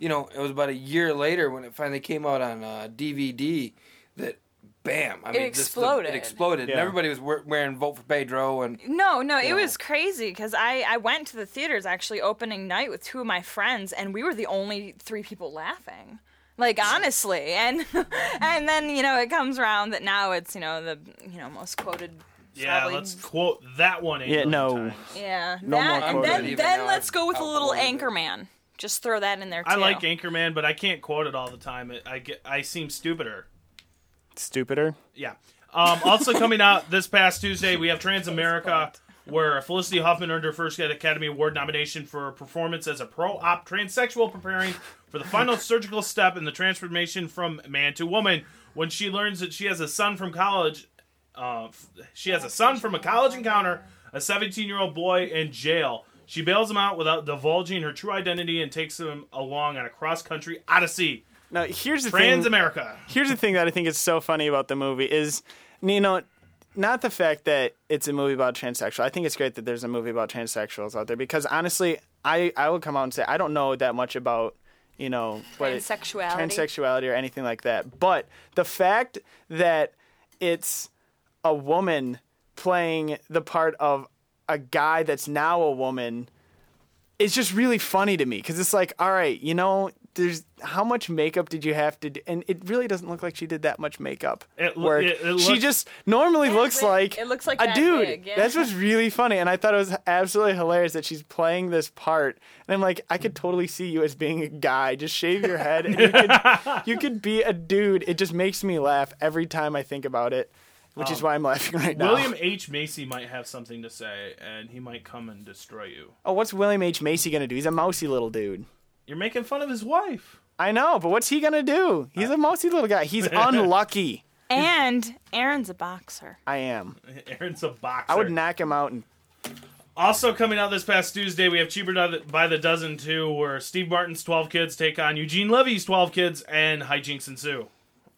you know, it was about a year later when it finally came out on uh, DVD that, bam! I
It
mean, just the-
exploded.
it exploded. And
Yeah.
everybody was we- wearing "Vote for Pedro" and
No, no,
you
it
know.
was crazy because I, I went to the theaters actually opening night with two of my friends, and we were the only three people laughing. Like honestly, and and then you know it comes around that now it's you know the you know most quoted.
Yeah,
probably-
let's quote that one.
Yeah, no.
Yeah,
No more
that, and
quoted.
then
Even
then
now
let's
I've
go with a little
outquoted
Anchorman. Just throw that in there. Too.
I like Anchorman, but I can't quote it all the time. It, I get I seem stupider.
Stupider.
Yeah. Um, also coming out this past Tuesday, we have Transamerica, where Felicity Huffman earned her first Academy Award nomination for a performance as a pro-op transsexual preparing for the final surgical step in the transformation from man to woman. When she learns that she has a son from college, uh, f- she has a son from a college encounter, a 17-year-old boy in jail. She bails him out without divulging her true identity and takes him along on a cross-country odyssey.
Now here's the thing-
Transamerica.
Here's the thing that I think is so funny about the movie is, you know, not the fact that it's a movie about transsexual. I think it's great that there's a movie about transsexuals out there because honestly, I I would come out and say I don't know that much about you know what it-
Transsexuality.
transsexuality or anything like that. But the fact that it's a woman playing the part of a guy that's now a woman is just really funny to me because it's like, all right, you know, there's how much makeup did you have to do? And it really doesn't look like she did that much makeup
It loo-
work.
it- it
she
looks-
just normally looks like
it looks like
a
that
dude.
big, yeah.
That's what's really funny, and I thought it was absolutely hilarious that she's playing this part. And I'm like, I could totally see you as being a guy. Just shave your head, and you could, you could be a dude. It just makes me laugh every time I think about it, which is
Um,
why I'm laughing right now.
William H. Macy might have something to say, and he might come and destroy you.
Oh, what's William H. Macy gonna do? He's a mousy little dude.
You're making fun of his wife.
I know, but what's he gonna do? He's a mousy little guy. He's unlucky.
And Aaron's a boxer.
I am.
Aaron's a boxer.
I would knock him out and
Also coming out this past Tuesday, we have Cheaper by the- by the Dozen 2, where Steve Martin's 12 kids take on Eugene Levy's 12 kids and Hijinks Ensue.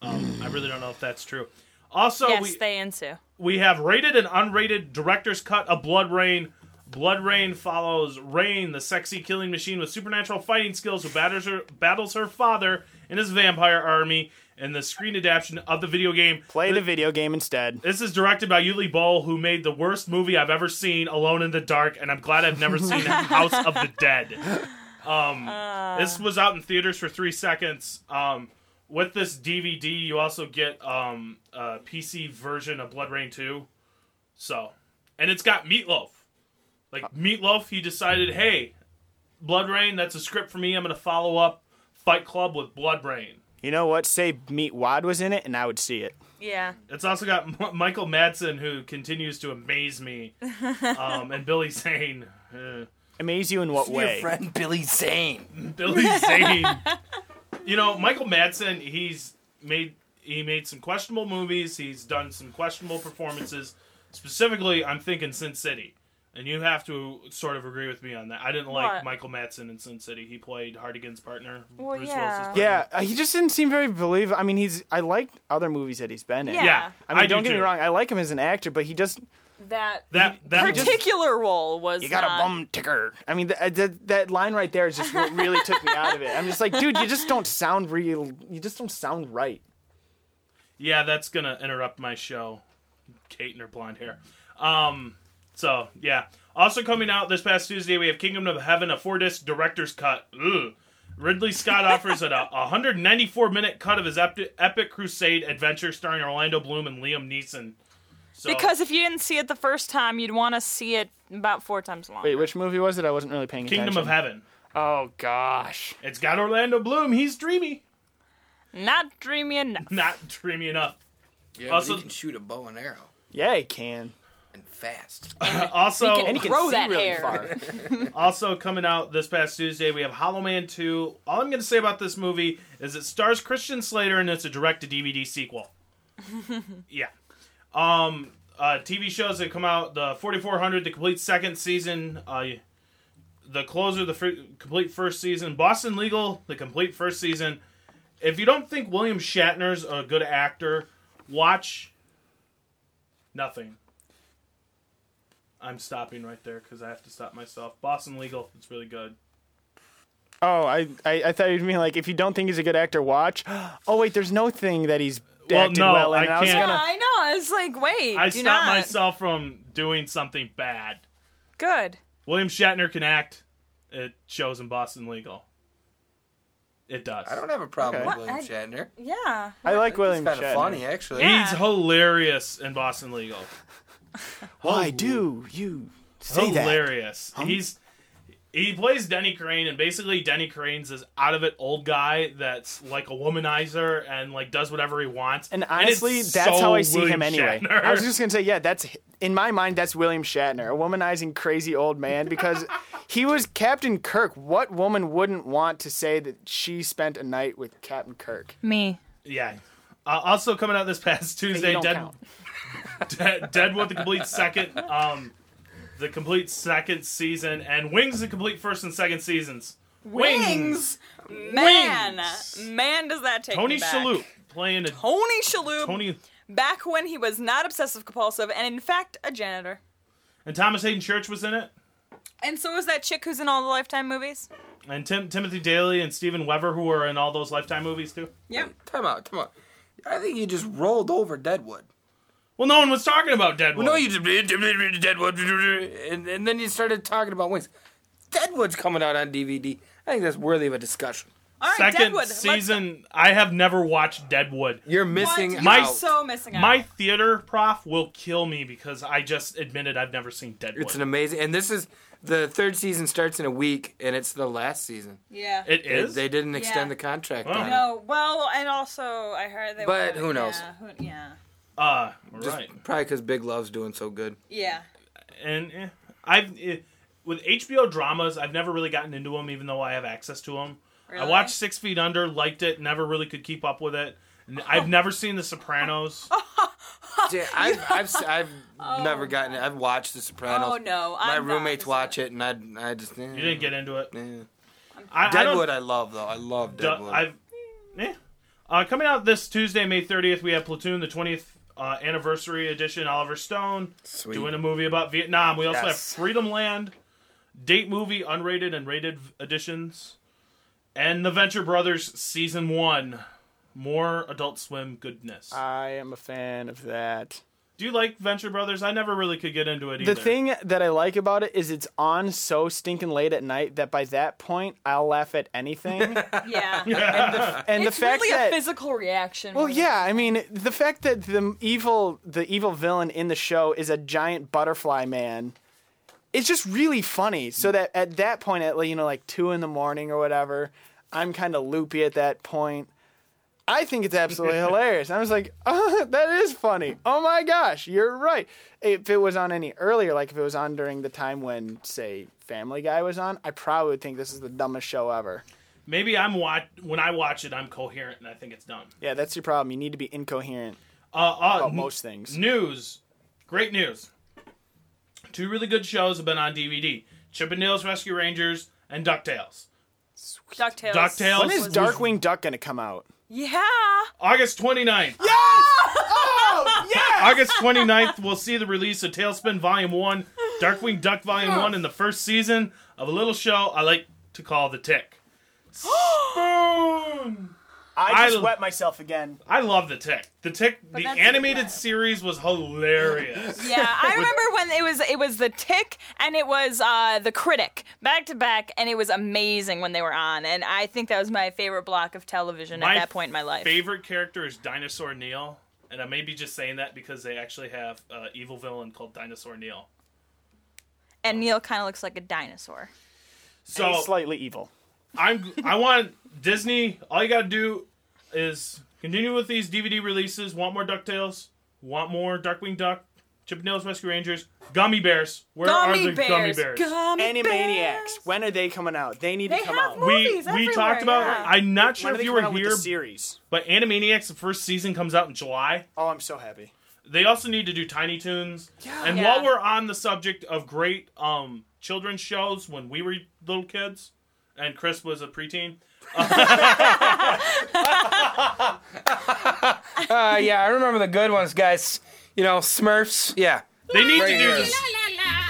Um, I really don't know if that's true. Also,
yes,
Oh, we,
they ensue.
we have rated and unrated director's cut of Blood Rain. Blood Rain follows Rain, the sexy killing machine with supernatural fighting skills who batters her, battles her father in his vampire army in the screen adaptation of the video game.
play the video game instead.
This is directed by Yuli Ball, who made the worst movie I've ever seen, Alone in the Dark, and I'm glad I've never seen House of the Dead. Um, This was out in theaters for three seconds. Um, with this DVD, you also get um, a PC version of Blood Rain 2. So, and it's got Meatloaf. Like Meatloaf, he decided, hey, Blood Rain, that's a script for me. I'm going to follow up Fight Club with Blood Rain.
You know what? Say Meat Wad was in it, and I would see it.
Yeah.
It's also got M- Michael Madsen, who continues to amaze me, um, and Billy Zane. Uh,
Amaze you in what
See your
way?
friend
Billy Zane.
Billy Zane. you know, Michael Madsen. He's made he made some questionable movies. He's done some questionable performances. Specifically, I'm thinking Sin City, and you have to sort of agree with me on that. I didn't like
What?
Michael Madsen in Sin City. He played Hardigan's partner.
Well,
Bruce
yeah.
Willis's
Yeah, uh, he just didn't seem very believable. I mean, he's I liked other movies that he's been in.
Yeah. Yeah,
I mean,
I do
don't get me
too.
wrong. I like him as an actor, but he just
That
that
particular role was.
you got
not-
a bum ticker. I mean, th- that that line right there is just what really took me out of it. I'm just like, dude, you just don't sound real. You just don't sound right.
Yeah, that's gonna interrupt my show. Kate and her blonde hair. Um, so yeah. Also coming out this past Tuesday, we have Kingdom of Heaven, a four-disc director's cut. Ugh. Ridley Scott offers it a 194-minute cut of his epic, epic crusade adventure starring Orlando Bloom and Liam Neeson. So,
Because if you didn't see it the first time, you'd want to see it about four times longer.
Wait, which movie was it? I wasn't really paying
Kingdom
attention.
of Heaven.
Oh gosh,
it's got Orlando Bloom. He's dreamy,
Not dreamy enough.
not dreamy enough.
Yeah,
Also-
but he can shoot a bow and arrow
Yeah, he can.
and fast.
also,
He can And he can grow see that really hair. far.
also coming out this past Tuesday, we have Hollow Man 2. All I'm going to say about this movie is it stars Christian Slater and it's a direct to DVD sequel. Yeah. Um, uh, TV shows that come out the 4400, the complete second season, uh, the closer, the fir- complete first season, Boston Legal, the complete first season. If you don't think William Shatner's a good actor, watch nothing. I'm stopping right there because I have to stop myself. Boston Legal, it's really good.
Oh, I, I I thought you'd mean like if you don't think he's a good actor, watch. Oh wait, there's no thing that he's
Well,
acted
no,
well in.
I
and I was
can't-
gonna.
Yeah, I know. I was like, wait,
I
do
stopped
not.
myself from doing something bad.
Good.
William Shatner can act. It shows in Boston Legal. It does. I don't
have a problem
What?
with William
I-
Shatner.
Yeah.
I like William
kinda
Shatner.
funny, actually.
He's hilarious in Boston Legal.
Why do you say
Oh.
that?
hilarious.
Hum-
He's he plays Denny Crane, and basically Denny Crane's this out of it old guy that's like a womanizer and like does whatever he wants.
And honestly,
it's
that's
so
how I see
William
him anyway.
Shatner.
I was just gonna say, yeah, that's in my mind, that's William Shatner, a womanizing crazy old man, because he was Captain Kirk. What woman wouldn't want to say that she spent a night with Captain Kirk?
Me.
Yeah. Uh, also coming out this past Tuesday,
don't
Dead,
count.
Dead Deadwood the complete second, um, the complete second season, and Wings the complete first and second seasons.
Wings. Man, man, does that take
Tony
me back.
Shalhoub playing a
Tony Shalhoub.
Tony
back when he was not obsessive compulsive and, in fact, a janitor.
And Thomas Hayden Church was in it.
And so was that chick who's in all the Lifetime movies.
And Tim Timothy Daly and Steven Weber, who were in all those Lifetime movies too.
Yep.
Time out, time out. I think you just rolled over Deadwood.
Well, no one was talking about Deadwood.
no, you just Deadwood, and, and then you started talking about Wings. Deadwood's coming out on DVD. I think that's worthy of a discussion.
All right,
Second
Deadwood. let's-
season, I have never watched Deadwood. You're
missing What?
You're so missing out.
My theater prof will kill me because I just admitted I've never seen Deadwood.
It's an amazing, and this is the third season starts in a week, and it's the last season.
Yeah.
It
They-
is?
They, didn't
Yeah.
extend the contract. on it.
No, well, and also I heard they.
But
were-
who knows?
Yeah. Who, yeah.
Uh,
Just
right.
Probably because Big Love's doing so good.
yeah.
and eh, I've eh, with HBO dramas, I've never really gotten into them, even though I have access to them. I
Really?
watched Six Feet Under, liked it, never really could keep up with it. N- I've never seen The Sopranos.
Yeah, I've, I've, s- I've never gotten it. I've watched The Sopranos.
Oh, no,
My
I'm the
roommates watch it, and I, I just. eh.
You didn't get into it. I- I don't-
Deadwood, I, love though. I love
Duh,
Deadwood.
I've, eh. uh, coming out this Tuesday, May 30th, we have Platoon, the 20th uh, anniversary edition. Oliver Stone
Sweet.
doing a movie about Vietnam. We also have
Yes.
Freedom Land, date movie, unrated and rated v- editions, and The Venture Brothers season one. More Adult Swim goodness.
I am a fan of that.
Do you like Venture Brothers? I never really could get into it either.
The thing that I like about it is it's on so stinking late at night that by that point I'll laugh at anything. and
Yeah.
the, and the
it's
fact
really a
that
physical reaction.
well,
more
yeah, I mean the fact that the evil the evil villain in the show is a giant butterfly man. It's just really funny. So that at that point, at you know like two in the morning or whatever, I'm kind of loopy at that point. I think it's absolutely hilarious. I was like, oh, that is funny. Oh my gosh, you're right. If it was on any earlier, like if it was on during the time when, say, Family Guy was on, I probably would think this is the dumbest show ever.
Maybe I'm watch when I watch it, I'm coherent and I think it's dumb.
Yeah, that's your problem. You need to be incoherent.
Uh, uh,
About
n-
most things.
News. Great news. Two really good shows have been on DVD Chip and Dale's Rescue Rangers and DuckTales.
DuckTales.
DuckTales.
When is Darkwing Duck gonna come out?
Yeah.
August 29th.
Yes! oh, yes!
August 29th, we'll see the release of Tailspin Volume 1, Darkwing Duck Volume 1, and the first season of a little show I like to call The Tick. Spoon!
I just
I-
wet myself again.
I love The Tick. The Tick, the
that's
animated series was hilarious.
Yeah, I
With-
remember when it was it was the Tick and it was uh, the Critic back to back, and it was amazing when they were on, and I think that was my favorite block of television at that point in my life.
Favorite character is Dinosaur Neil, and I may be just saying that because they actually have uh, evil villain called Dinosaur Neil.
and Neil kind of looks like a dinosaur.
So
And he's slightly evil.
I'm I want Disney. All you gotta do is continue with these DVD releases. Want more Ducktales? Want more Darkwing Duck? Chip and Dale's Rescue Rangers? Gummy Bears? Where are the Gummy Bears?
Animaniacs. When are they coming out? They need to come out.
we we talked about. I'm not sure
When are
if
they
you
coming
were
out with
here,
the series.
but Animaniacs the first season comes out in July.
Oh, I'm so happy.
They also need to do Tiny Toons. And
Yeah.
while we're on the subject of great um, children's shows when we were little kids, and Chris was a preteen.
uh, yeah, I remember the good ones, guys. You know, Smurfs. Yeah.
They need
Right
to do
here.
this.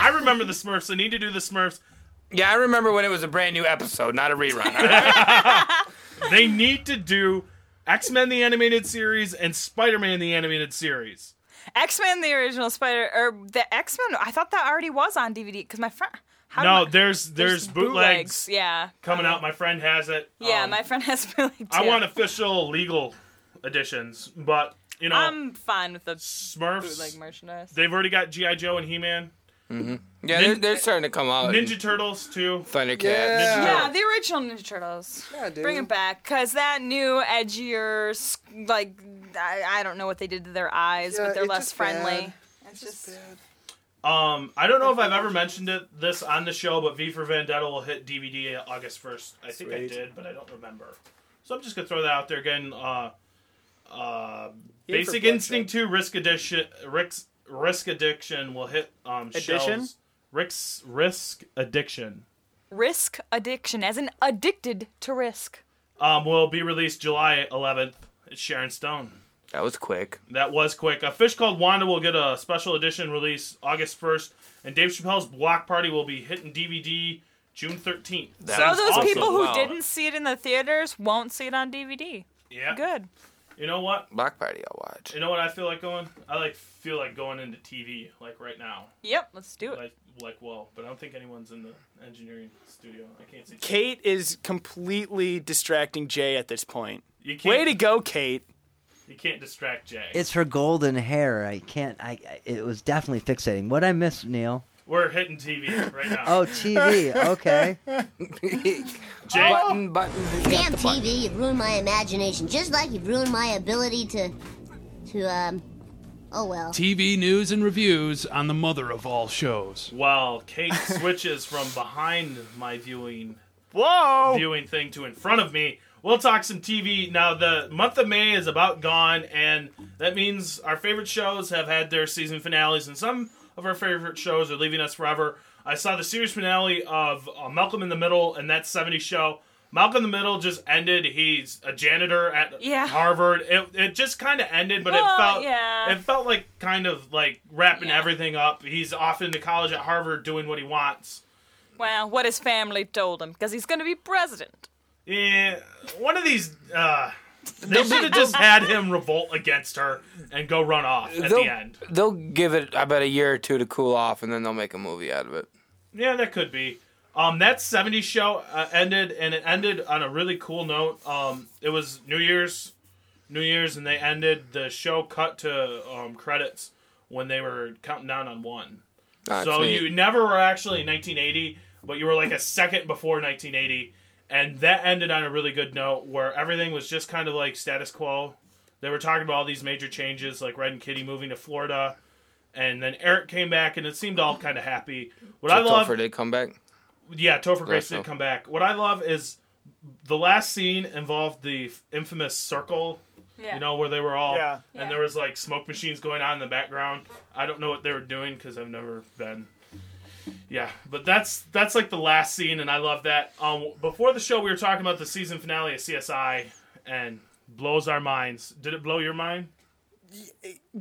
I remember the Smurfs. They need to do the Smurfs.
Yeah, I remember when it was a brand new episode, not a rerun.
They need to do X Men the animated series and Spider Man the animated series.
X Men: The Original Spider or the X Men. I thought that already was on DVD because my friend. How
no,
did my-
there's there's, bootlegs,
Yeah.
coming out. My friend has it.
Yeah,
Um,
my friend has bootleg too.
I want official legal editions, but you know
I'm fine with the
Smurfs.
Um, bootleg merchandise.
they've already got GI Joe and He Man.
hmm Yeah, they're, they're starting to come out.
Ninja Turtles too.
Thundercats.
Yeah. the original Ninja Turtles. Yeah, dude. Bring it back, cause that new edgier, s- like I, I don't know what they did to their eyes,
Yeah,
but they're
it's
less
just
friendly.
bad.
It's just
Um, I don't know if I've ever mentioned it this on the show, but V for Vendetta will hit DVD August first. I think I
Sweet.
did, but I don't remember. So I'm just gonna throw that out there again. Uh, uh,
Here for
Basic
Bloodshot.
Instinct Two Risk Addiction Risk, risk Addiction will hit um
Addition?
shelves. Risk Risk Addiction
risk addiction, as in addicted to risk.
um will be released July 11th. It's Sharon Stone.
That was quick.
That was quick. A Fish Called Wanda will get a special edition release August 1st, and Dave Chappelle's Block Party will be hitting DVD June 13th.
so those people who didn't see it in the theaters won't see it on DVD.
Yeah.
Good.
You know what?
Block Party, I'll watch.
You know what I feel like going? I like feel like going into TV like right now.
Yep, let's do it.
Like like well, but I don't think anyone's in the engineering studio. I can't see.
Kate is completely distracting Jay at this point.
You can't-
Way to go, Kate.
You can't distract Jay.
It's her golden hair. I can't. I. I- It was definitely fixating. What I miss, Neil?
We're hitting TV right now.
Oh, TV. Okay.
Jay.
Button, button.
Damn TV, you've ruined my imagination, just like you've ruined my ability to, to um, oh well.
TV news and reviews on the mother of all shows.
While Kate switches from behind my viewing
Whoa!
viewing thing to in front of me, we'll talk some TV. Now the month of May is about gone, and that means our favorite shows have had their season finales, and some of our favorite shows are leaving us forever. I saw the series finale of uh, Malcolm in the Middle, and that '70s show. Malcolm in the Middle just ended. He's a janitor at
Yeah.
Harvard. It, it just kind of ended, but
Well,
it felt
yeah.
it felt like kind of like wrapping everything up. He's off into college at Harvard doing what he wants.
Well, what his family told him, because he's going to be president.
Yeah, one of these. Uh, they should have just had him revolt against her and go run off at
they'll,
the end.
They'll give it, I bet, a year or two to cool off, and then they'll make a movie out of it.
Yeah, that could be. Um, that '70s show uh, ended, and it ended on a really cool note. Um, it was New Year's, New Year's, and they ended the show cut to um, credits when they were counting down on one.
That's
so
neat.
you never were actually in 1980, but you were like a second before 1980, and that ended on a really good note where everything was just kind of like status quo. They were talking about all these major changes, like Red and Kitty moving to Florida, and then Eric came back, and it seemed all kind of happy. What
so
I love,
Topher did come back.
yeah, Topher Grace
Russell.
did come back. What I love is the last scene involved the f- infamous circle.
Yeah.
You know where they were all,
Yeah.
and there was like smoke machines going on in the background. I don't know what they were doing because I've never been. Yeah, but that's that's like the last scene, and I love that. Um, before the show, we were talking about the season finale of CSI, and blows our minds. Did it blow your mind?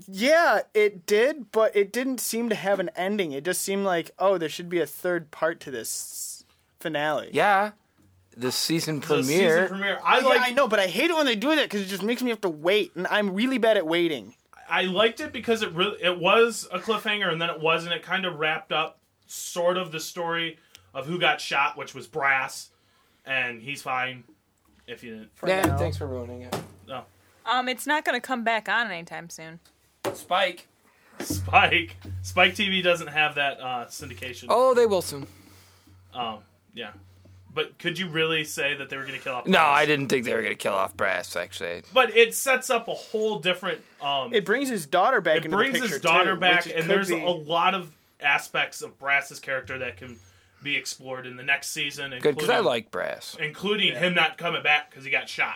Yeah, it did, but it didn't seem to have an ending. It just seemed like, oh, there should be a third part to this finale.
Yeah, the season
The season
premiere.
premiere. I
Yeah,
like-
I know, but I hate it when they do that because it just makes me have to wait, and I'm really bad at waiting.
I liked it because it really it was a cliffhanger and then it wasn't. It kind of wrapped up sort of the story of who got shot, which was Brass, and he's fine. If you didn't,
yeah, thanks for ruining it.
No.
Um, it's not going to come back on anytime soon.
Spike.
Spike. Spike TV doesn't have that uh, syndication.
Oh, they will soon.
Um, yeah. But could you really say that they were going to kill off?
No, I didn't think they were gonna kill off Brass. Actually,
But it sets up a whole different. Um,
It brings his daughter back.
it
into
brings
the picture
his daughter
too,
back,
which
and
could
there's
be-
a lot of aspects of Brass's character that can be explored in the next season.
good because I
including-
like Brass.
including him not coming back because he got shot.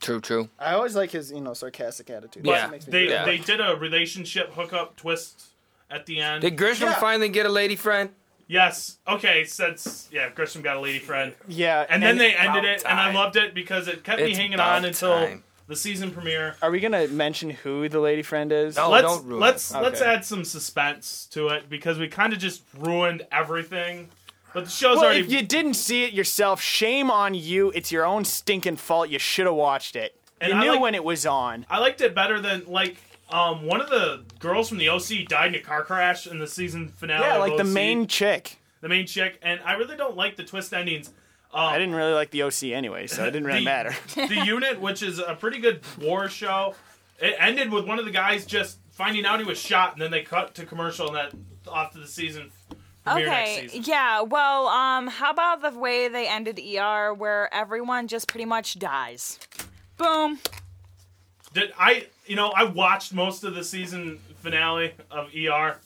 True, true.
I always like his, you know, sarcastic attitude.
But
That's what makes me
they
really-
they did a relationship hookup twist at the end.
Did Grisham finally get a lady friend?
Yes. Okay. Since yeah, Grisham got a lady friend.
Yeah,
And, then
and-
they ended it,
About
and I
time.
loved it because it kept me
It's
hanging
about
on until
time.
the season premiere.
Are we gonna mention who the lady friend is?
let's let's let's add some suspense to it because we kind of just ruined everything. But the show's
Well,
already
if you didn't see it yourself, shame on you. It's your own stinking fault. You should have watched it.
And
you
I
knew
like-
when it was on.
I liked it better than like um one of the girls from the OC died in a car crash in the season finale.
yeah,
of
like the
OC.
main chick.
the main chick, and I really don't like the twist endings. Um,
I didn't really like the OC anyway, so it didn't really
The-
matter.
the unit, which is a pretty good war show, it ended with one of the guys just finding out he was shot, and then they cut to commercial and that off to the season premiere next
Okay.
season.
Yeah. Well, um, how about the way they ended ER, where everyone just pretty much dies? Boom.
Did I? You know, I watched most of the season finale of ER.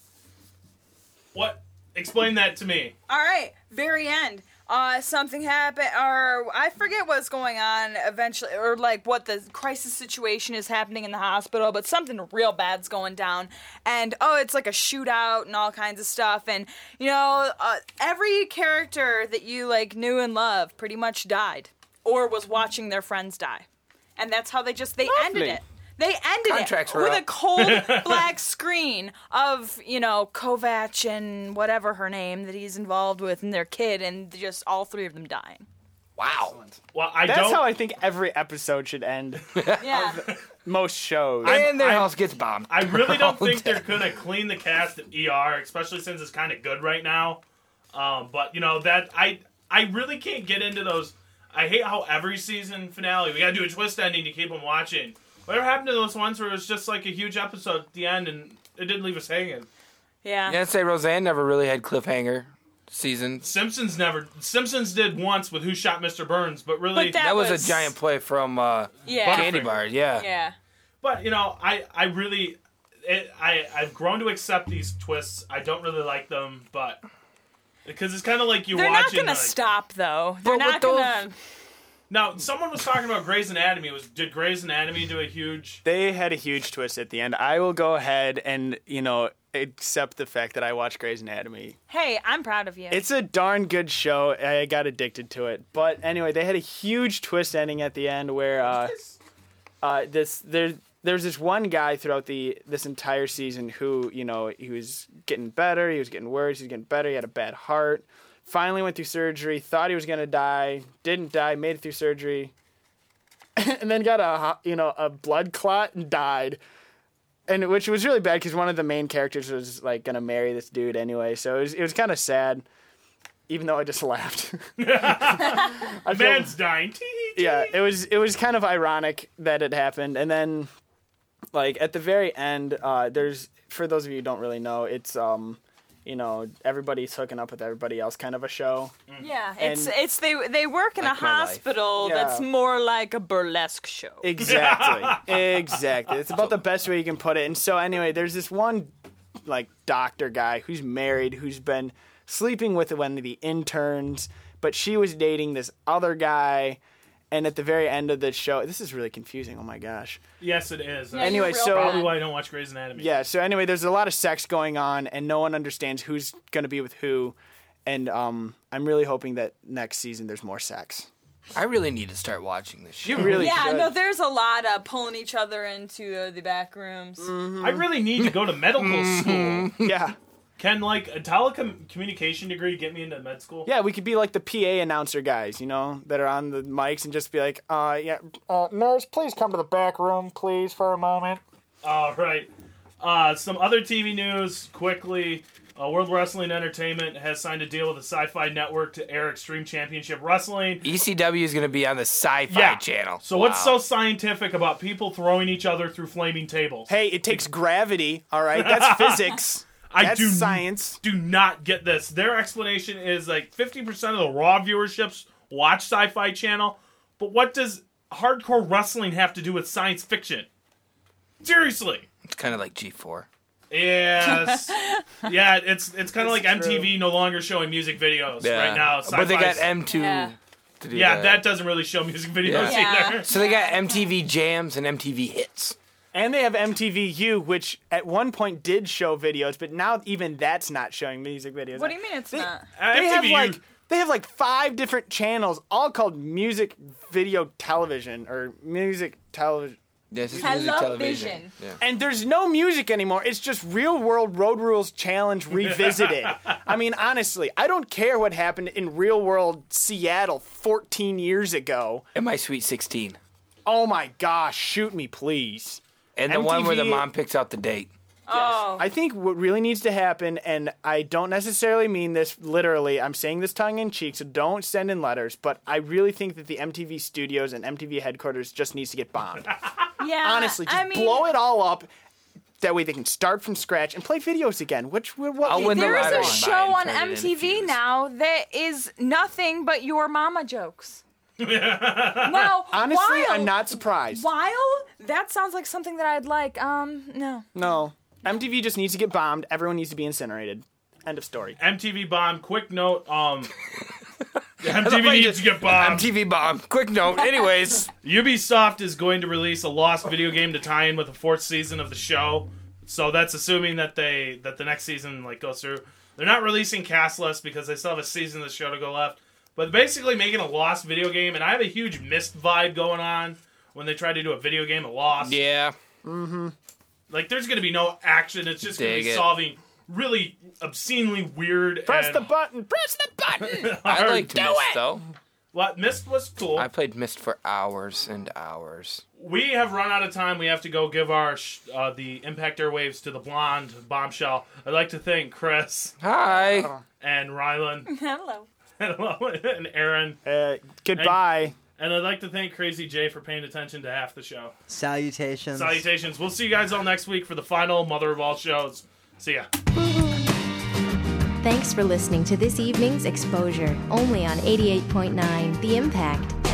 What? Explain that to me.
All right, very end. Uh, something happened, or I forget what's going on eventually, or like what the crisis situation is happening in the hospital, but something real bad's going down. And oh, it's like a shootout and all kinds of stuff. And you know, uh, every character that you like knew and loved pretty much died or was watching their friends die. And that's how they just they ended
Lovely.
it. They ended
Contracts
it
were
with
up.
a cold black screen of you know Kovac and whatever her name that he's involved with and their kid, and just all three of them dying.
Wow.
Well, I
That's
don't.
how I think every episode should end.
Yeah.
Most shows.
I'm- I'm-
gets bombed.
I really don't think they're gonna clean the cast of ER, especially since it's kind of good right now. Um, but you know that I I really can't get into those. I hate how every season finale we gotta do a twist ending to keep them watching. Whatever happened to those ones where it was just like a huge episode at the end and it didn't leave us hanging.
Yeah.
I'd say Roseanne never really had cliffhanger seasons.
Simpsons never. Simpsons did once with Who Shot Mr. Burns, but really
that, was, a giant play from uh,
Yeah.
Candy Bar. Yeah.
Yeah.
But you know, I I really, it, I I've grown to accept these twists. I don't really like them, but because it's kind of like you
They're not
watching.
gonna
like-
stop though. They're
But
not
with those-
gonna.
Now, someone was talking about Grey's Anatomy. Was did Grey's Anatomy do a huge?
They had a huge twist at the end. I will go ahead and, you know, accept the fact that I watched Grey's Anatomy.
Hey, I'm proud of you.
It's a darn good show. I got addicted to it. But anyway, they had a huge twist ending at the end where uh, uh, this there there's this one guy throughout the this entire season who you know he was getting better, he was getting worse, he was getting better. He had a bad heart. Finally went through surgery. Thought he was gonna die. Didn't die. Made it through surgery, and then got a ho- you know a blood clot and died. And which was really bad because one of the main characters was like gonna marry this dude anyway, so it was it was kind of sad. Even though I just laughed. I feel-
Man's dying.
yeah, it was it was kind of ironic that it happened, and then like at the very end, uh, there's for those of you who don't really know, it's um, you know, everybody's hooking up with everybody else, kind of a show.
yeah,
And-
it's it's they they work in
Like
a
my life.
hospital
Yeah.
that's more like a burlesque show.
Exactly, exactly. It's about the best way you can put it. And so anyway, there's this one like doctor guy who's married, who's been sleeping with one of the interns, but she was dating this other guy. And at the very end of the show, this is really confusing. Oh my gosh.
Yes, it is.
Yeah, Anyway, you're real so-
probably why I don't watch Grey's Anatomy.
Yeah. So anyway, there's a lot of sex going on, and no one understands who's going to be with who. And um, I'm really hoping that next season there's more sex.
I really need to start watching this.
You really
yeah,
should.
no, there's a lot of pulling each other into uh, the back rooms.
I really need to go to medical school.
Yeah.
Can like a telecommunication degree get me into med school?
Yeah, we could be like the PA announcer guys, you know, that are on the mics and just be like, uh, yeah, uh, nurse, please come to the back room, please, for a moment.
All right. Uh, some other TV news quickly. Uh, World Wrestling Entertainment has signed a deal with the Sci-Fi Network to air Extreme Championship Wrestling.
ECW E is going to be on the Sci-Fi
Yeah.
channel.
So what's so scientific about people throwing each other through flaming tables?
Hey, it takes gravity. All right, that's physics.
I
That's
do
science.
Do not get this. Their explanation is like 50% of the raw viewerships watch Sci-Fi Channel, but what does hardcore wrestling have to do with science fiction? Seriously.
It's kind of like G4.
Yes. yeah, it's it's kind of like
It's
MTV no longer showing music videos
Yeah.
right now.
But they got
Sci-Fi's-
M2
Yeah.
to do
yeah,
that.
that doesn't really show music videos
Yeah.
either.
So they got MTV jams and MTV hits.
And they have MTVU, which at one point did show videos, but now even that's not showing music videos.
What do you mean it's not?
They have
MTVU
like they have like five different channels, all called music video television or music television.
This
is music Television. television. Yeah.
And there's no music anymore. It's just real world road rules challenge revisited. I mean, honestly, I don't care what happened in real world Seattle 14 years ago.
And my sweet 16.
Oh my gosh, shoot me, please.
And the one where the
MTV
mom picks out the date.
Oh.
I think what really needs to happen, and I don't necessarily mean this literally, I'm saying this tongue in cheek, so don't send in letters, but I really think that the MTV studios and MTV headquarters just needs to get bombed.
Yeah.
Honestly, just
I mean,
blow it all up. That way they can start from scratch and play videos again, which would what we-
there is a show on MTV now that is nothing but your mama jokes. now,
Honestly,
while,
I'm not surprised.
While that sounds like something that I'd like, um, no.
No. MTV just needs to get bombed. Everyone needs to be incinerated. End of story.
MTV bomb. Quick note. Um,
I
MTV
thought you
needs to get bombed.
MTV bomb. Quick note. Anyways,
Ubisoft is going to release a lost video game to tie in with the fourth season of the show. So that's assuming that they that the next season like goes through. They're not releasing cast lists because they still have a season of the show to go left. But basically making a lost video game, and I have a huge missed vibe going on when they try to do a video game of lost.
Yeah.
Mm-hmm.
Like, there's going to be no action. It's just going to
Dig
be
it.
solving really obscenely weird.
Press
and
the button. Press the button.
I liked Mist though.
What Mist was cool.
I played Mist for hours and hours.
We have run out of time. We have to go give our sh- uh, the impact airwaves to the blonde bombshell. I'd like to thank Chris.
Hi.
And Rylan.
Hello.
Hello. and Aaron.
Uh,
And,
goodbye.
and I'd like to thank Crazy Jay for paying attention to half the show.
Salutations.
Salutations. We'll see you guys all next week for the final mother of all shows. See ya.
Thanks for listening to this evening's exposure, only on 88.9 The Impact.